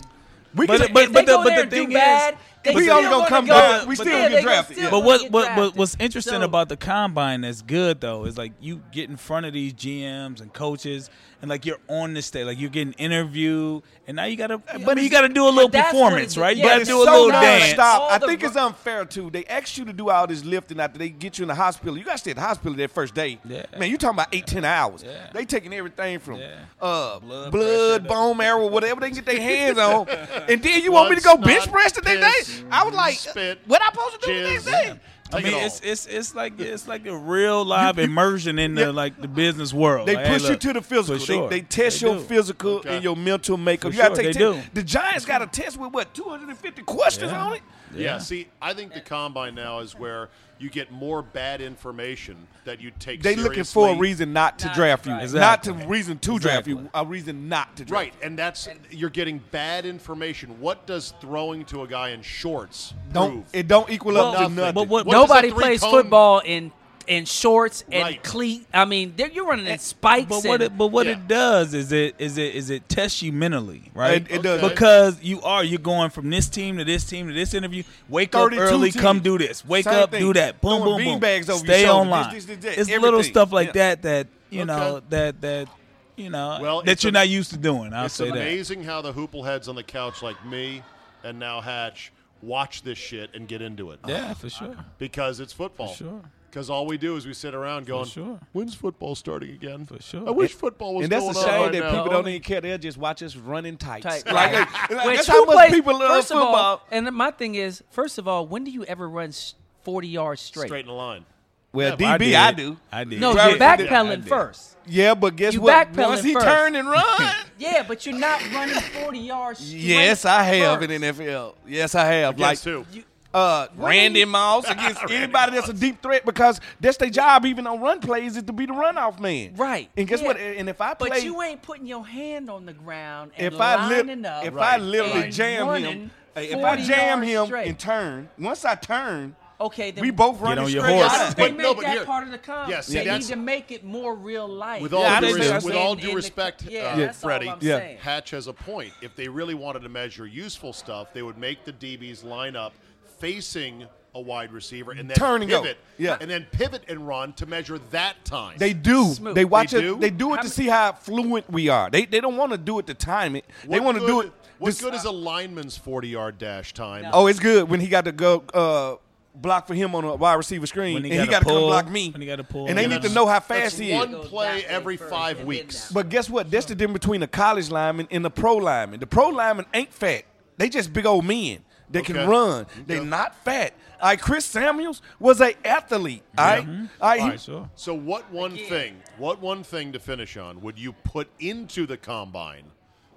C: We
D: But-
C: can,
D: but-
E: if they go
D: the- but
E: there
D: the
E: and
D: thing
E: do
D: is-
E: bad, they
D: we
E: still
D: only
C: gonna
E: wanna
C: come
E: go.
C: back. We still
E: yeah,
C: get
E: they gonna
C: drafted.
E: still
C: But
D: But
E: wanna
D: what
E: get
D: what, what
E: drafted.
D: what's interesting
E: So-
D: about the combine that's good though is like you get in front of these GMs and coaches and like you're on the stage, like you're getting interviewed, and now you gotta but you gotta do a little
E: that's what
D: performance,
E: it-
D: right?
E: yeah,
D: you gotta
E: it's
D: do a
E: so
D: little
E: nice.
D: dance.
E: Stop.
C: I
E: All the
C: think it's
E: ru-
C: unfair too. They ask you to do all this lifting after they get you in the hospital. You got to stay at the hospital that first day.
D: Yeah.
C: Man, you talking about eight, ten hours.
D: Yeah.
C: They taking everything from
D: Yeah.
C: uh, blood,
D: pressure, the-
C: bone marrow, whatever they can get their hands on. And then you want me to go
B: Blood,
C: bench
B: snot,
C: press the next
B: piss,
C: day? I was like,
B: spit,
C: what I supposed to do the
B: jizz.
C: next day?
D: I
B: Take
D: mean,
B: it all.
D: it's it's it's like it's like a real live immersion in
C: yeah.
D: the like the business world.
C: They
D: Like, hey,
C: push you
D: look,
C: to the physical.
D: for sure.
C: They, they test
D: They
C: your
D: do.
C: physical
B: Okay.
C: and your mental makeup.
D: For
C: you gotta
D: sure,
C: take
D: they
C: ten-
D: do.
C: The Giants got a test with what 250 questions
D: Yeah.
C: on it.
B: Yeah. see, I think the combine now is where you get more bad information that you take
C: They looking for a
B: seriously.
C: reason not to
E: Not-
C: draft you,
E: right.
C: not
D: Exactly.
C: to reason to draft you, a reason not to draft.
B: Right, and that's you're getting bad information. What does throwing to a guy in shorts
C: Don't
B: prove?
C: it don't equal up
E: Well,
C: to
B: nothing.
C: nothing.
D: But what,
B: What does
E: Nobody
B: a three
E: plays
B: cone-
E: football in and shorts and
B: Right.
E: cleat. I mean, they're- you're running
C: Eh,
E: in spikes.
D: But what
E: and-
D: it but what
B: Yeah.
D: it does is it is it is it tests you mentally, right?
C: It- it does. Okay.
D: because you are you're going from this team to this team to this interview. Wake up
C: 32
D: early,
C: teams.
D: come do this. Wake
C: Same
D: up,
C: thing.
D: do that. Boom,
C: Throwing
D: boom, boom.
C: beanbags over your
D: Stay
C: shoulder.
D: online.
C: This, this, this,
D: it's little
C: everything.
D: stuff like
C: Yeah.
D: that that you know
B: Okay.
D: that that you know
B: Well,
D: that
B: it's
D: you're
B: a-
D: not used to doing. I'll
B: it's
D: say that.
B: amazing how the hoople heads on the couch like me and now Hatch watch this shit and get into it.
D: Yeah, for sure.
B: Because it's football.
D: sure.
B: Because all we do is we sit around going,
D: sure.
B: when's football starting again? For
D: sure.
B: I wish football was
C: And that's a
B: going
C: shame
B: on right
C: that
B: now.
C: people don't even care. They'll just watch us running tights.
E: Tight.
C: Like,
E: Right.
C: like,
E: When
C: that's
E: two
C: how much
E: plays-
C: people love
E: first of all-
C: football.
E: and my thing is, first of all, when do you ever run s- 40 yards straight?
B: straight in the line.
C: well,
B: Yeah,
C: DB,
D: I
C: I,
D: did.
C: do.
D: I did.
E: No,
C: Yeah,
E: you're
C: I did.
E: backpedaling first.
C: Yeah, but guess
E: You
C: what?
E: backpedaling
C: Once he
E: first.
C: turned and run.
E: Yeah, but you're not running 40 yards straight.
C: yes, I have
E: first.
C: in NFL. Yes, I have.
B: Guess
C: like
B: who?
C: uh,
E: do
C: Randy
E: you-
C: Moss against anybody that's a deep threat because that's their job. Even on run plays, is to be the runoff man.
E: Right.
C: And guess
E: yeah.
C: what? And if I play,
E: But you ain't putting your hand on the ground and
C: if I lit-
E: lining up.
C: if I
B: Right.
C: literally
E: and
C: jam
E: running
C: him, hey, if I
E: 40
C: jam
E: yards
C: him
E: straight.
C: and turn, once I turn,
E: okay, then
C: we both running
D: on your
C: straight.
D: horse.
E: I
C: line.
E: don't think
B: But
E: make
B: no, but
E: that
B: here-
E: part of the comp.
B: Yeah, see,
E: they need
B: that's-
E: to make it more real life.
B: With all
C: Yeah, I
B: due,
C: understand.
B: res- with all
E: In- in
B: due
E: the-
B: respect,
E: yeah,
B: uh,
E: that's all
B: Freddie,
E: I'm
C: Yeah.
E: saying.
B: Hatch has a point. If they really wanted to measure useful stuff, they would make the DBs line up facing a wide receiver and then
C: Turn and go.
B: pivot.
C: Yeah.
B: And then pivot and run to measure that time.
C: They do.
E: Smooth.
C: They watch
B: They
C: it.
B: do?
C: They do it
E: How
C: to
E: ma-
C: see how fluent we are. They they don't want to do it to time it. they
B: What
C: want to do
B: good-
C: it.
B: What
C: to-
B: good is a lineman's 40 yard dash time?
C: Oh, it's good when he got to go uh, block for him on a wide receiver screen,
D: When he
C: and he
D: got
C: got
D: to
C: to come
D: pull,
C: block me.
D: when he got to pull,
C: and they
D: yeah,
C: need to
D: that's-
C: know how
B: That's
C: fast he is.
B: one
E: Goes
B: play
E: that way
B: every
E: first
B: five
E: and then
B: weeks.
E: that
C: But guess what? That's the difference between a college lineman and the pro lineman. The pro lineman ain't fat. They just big old men. They
B: Okay.
C: can run. They
B: Okay.
C: not fat. All right, Chris Samuels was a athlete. All right? All right, he-
B: All right.
D: sure.
B: So what one thing, what one thing to finish on would you put into the combine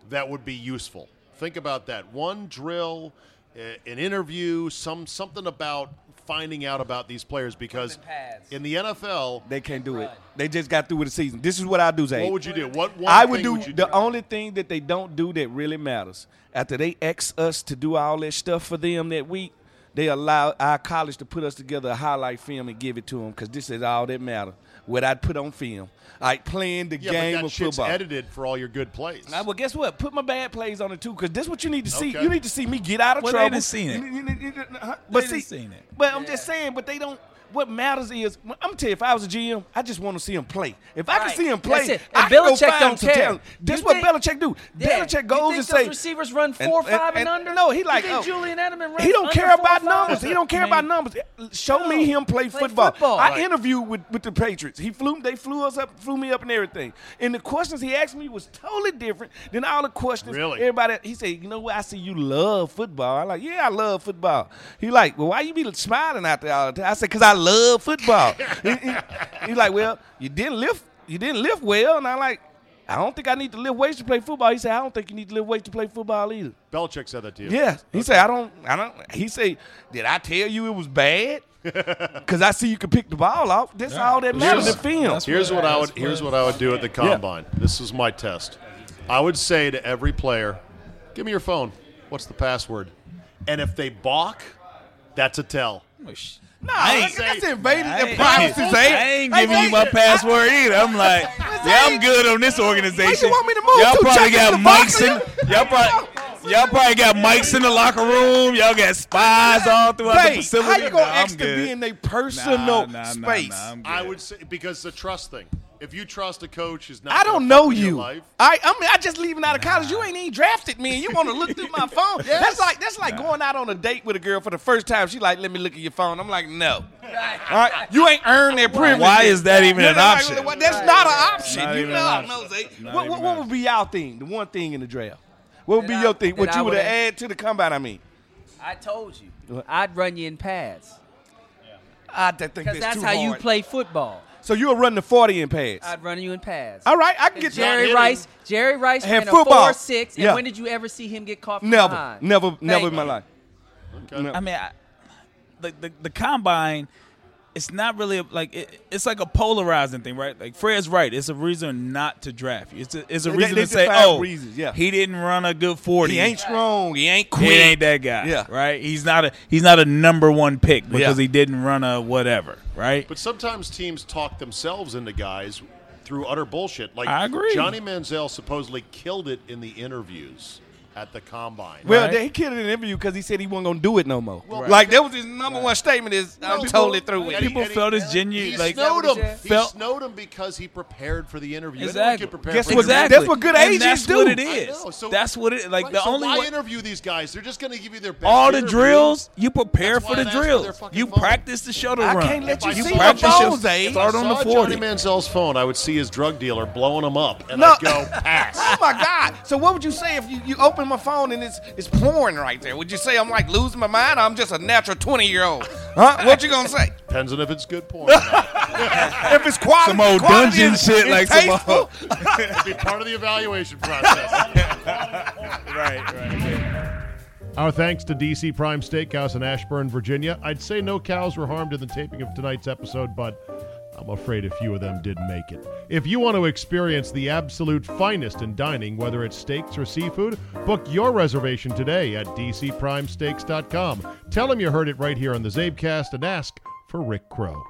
B: that would be useful? Think about that. One drill, a- an interview, some something about finding out about these players because
E: pads.
B: in the NFL,
C: They can't do it. They just got through with the season. This is what I do, Zay.
B: what would you do? What one
C: I would
B: thing
C: do
B: would you
C: the only thing that they don't do that really matters. After they ask us to do all that stuff for them that week, they allow our college to put us together a highlight film and give it to them because this is all that matters. What I put on film, like playing the
B: yeah,
C: game
B: but that
C: of
B: shit's
C: football.
B: edited for all your good plays.
C: Now, well, guess what? Put my bad plays on it too, because this what you need to see.
B: Okay.
C: You need to see me get out of
D: Well, they
C: trouble.
D: done seen it.
C: You- you- you- you- huh? but
D: They
C: see,
D: done seen it.
C: But I'm just saying. But they don't. What matters is, I'm gonna tell you, if I was a GM, I just want to see him play. If I can
E: Right.
C: see him
E: That's
C: play,
E: it.
C: I can
E: And
C: go
E: Belichick
C: find
E: don't
C: some
E: care.
C: talent. That's
E: You
C: what
E: think-
C: Belichick do.
E: Yeah.
C: Belichick
E: You
C: goes
E: think
C: and
E: those
C: say,
E: receivers run
C: and-
E: four,
C: and-
E: five, and under?
C: No, he like
E: You think
C: oh,
E: Julian Edelman
C: He
E: runs
C: don't
E: under
C: care
E: four,
C: about
E: five?
C: numbers. He don't care about numbers. Show me him play,
E: Play
C: football.
E: football.
C: I
E: Right.
C: interviewed with, with the Patriots. He flew they flew us up, flew me up and everything. And the questions he asked me was totally different than all the questions.
B: Really?
C: Everybody he said, you know what, I see you love football. I like, yeah, I love football. He like, well, why you be smiling out there all the time? I said, cause I love football. he, he- he like, well, you didn't lift you didn't lift well. And I like, I don't think I need to lift weights to play football. He said, I don't think you need to lift weights to play football either.
B: Belichick said that to you.
C: Yeah. He said, I don't, I don't, he said, did I tell you it was bad? Because I see you can pick the ball off. That's all that matters in
B: Here's-
C: film.
B: Here's what I would. Here's what I would do at the combine. This is my test. I would say to every player, "Give me your phone. What's the password?" And if they balk, that's a tell.
C: No,
D: I ain't
C: that's, that's
B: say-
C: invading
D: I
C: the
D: ain't-
C: privacy, Zay.
D: I ain't
C: Hey,
D: giving you
C: Zay,
D: my password either. I'm like, yeah, I'm good on this organization.
C: Where you want me to move
D: all
C: to?
D: probably got mics
C: Czechoslovakia?
D: in. Y'all probably, y'all probably got mics in the locker room. Y'all got spies all throughout
C: Zay,
D: the facility.
C: how you
D: Nah,
C: gonna
D: I'm
C: ask to
D: good.
C: be in their
D: Nah, nah,
C: personal
D: nah, nah,
C: space?
D: nah, I'm good.
B: I would say because the trust thing. If you trust a coach, is not.
C: I
B: gonna
C: don't
B: fuck
C: know
B: with your
C: you. I
B: life.
C: I mean, I just leaving out of college. You ain't even drafted me, and you want to look through my phone. That's like that's like going out on a date with a girl for the first time. She like, let me look at your phone. I'm like, no. All right, you ain't earned that privilege.
D: Why is that even
C: Yeah,
D: an
C: that's
D: option?
C: like- well, that's not an option.
D: Not
C: you
D: even
C: know,
D: an
C: I know,
D: option.
C: Zay.
D: Not
C: What, what,
D: even
C: what
D: an
C: would be your thing? The one thing in the draft. What would be
E: That I-
C: your thing? What
E: that
C: you
E: I
C: would
E: would
C: have
E: have-
C: add to the combine? I mean,
E: I told you, I'd run you in pads
C: I d- think
E: because
C: that's,
E: that's
C: too
E: how you
C: hard.
E: play football.
C: So you'll run the forty in pads.
E: I'd run you in pads.
C: All right, I can get
B: Not
E: Jerry
B: hitting.
E: Rice. Jerry Rice
C: And
E: ran a
C: football.
E: four six. And
C: Yeah.
E: when did you ever see him get caught? From
C: Never,
E: behind?
C: never, never
E: Thank
C: in my
E: you.
C: life.
D: I mean, I, the, the the combine it's not really a, like it, it's like a polarizing thing, right? Like Fred's right. It's a reason not to draft you. It's a, it's a
C: They-
D: reason
C: they
D: to say,
C: define
D: oh,
C: reasons, yeah.
D: he didn't run a good forty.
C: He ain't strong. He ain't
D: He
C: quick.
D: ain't that guy.
C: Yeah.
D: Right. He's not a he's not a number one pick because
C: Yeah.
D: he didn't run a whatever. Right.
G: But sometimes teams talk themselves into guys through utter bullshit. Like
D: I agree.
G: Johnny Manziel supposedly killed it in the interviews at the combine.
C: Well,
D: Right.
C: they, he killed it in an interview because he said he wasn't gonna do it no more.
G: Right.
C: Like that was his number one statement is I'm
G: people-
C: totally through with
G: Eddie-
C: it.
D: People
G: Eddie-
D: felt it's genuine.
G: He
D: like
G: snowed
E: Is that what
G: him.
E: he
G: He
D: felt-
G: snowed him because he prepared for the interview. Anyone
D: Exactly.
G: can prepare
C: Guess
G: for
C: what-
G: the interview.
C: that's what good
D: And
C: agents
D: that's
C: do.
D: What it
G: I
D: is.
G: know, so-
D: that's what it like.
G: Right,
D: the
G: so
D: only
G: why
D: one-
G: interview these guys? They're just going to give you their best
D: all the
G: interview.
D: drills you prepare
G: That's
D: for
G: why
D: the
G: I've asked for their
D: drills.
G: fucking
D: You
G: phone.
D: practice the shuttle
C: I
D: run.
C: can't let you
G: If I
C: see
G: saw
C: my
G: Johnny-
C: balls, eh?
G: If I
D: Start on the
G: saw
D: 40.
G: Johnny Manziel's phone, I would see his drug dealer blowing him up, and
C: No.
G: I'd go pass.
C: Oh my God! So what would you say if you, you open my phone and it's it's porn right there? Would you say I'm like losing my mind? I'm just a natural twenty year old, huh? What you gonna say?
G: Depends on if it's good porn. or not.
C: If it's quality,
D: Some old
C: quality
D: dungeon
C: is-
D: shit
C: is
D: like some
C: tasteful,
D: old-
G: It'd be part of the evaluation process.
D: Right, right.
B: Our thanks to DC Prime Steakhouse in Ashburn, Virginia. I'd say no cows were harmed in the taping of tonight's episode, but I'm afraid a few of them didn't make it. If you want to experience the absolute finest in dining, whether it's steaks or seafood, book your reservation today at dcprimesteaks.com. Tell them you heard it right here on the Zabecast and ask for Rick Crow.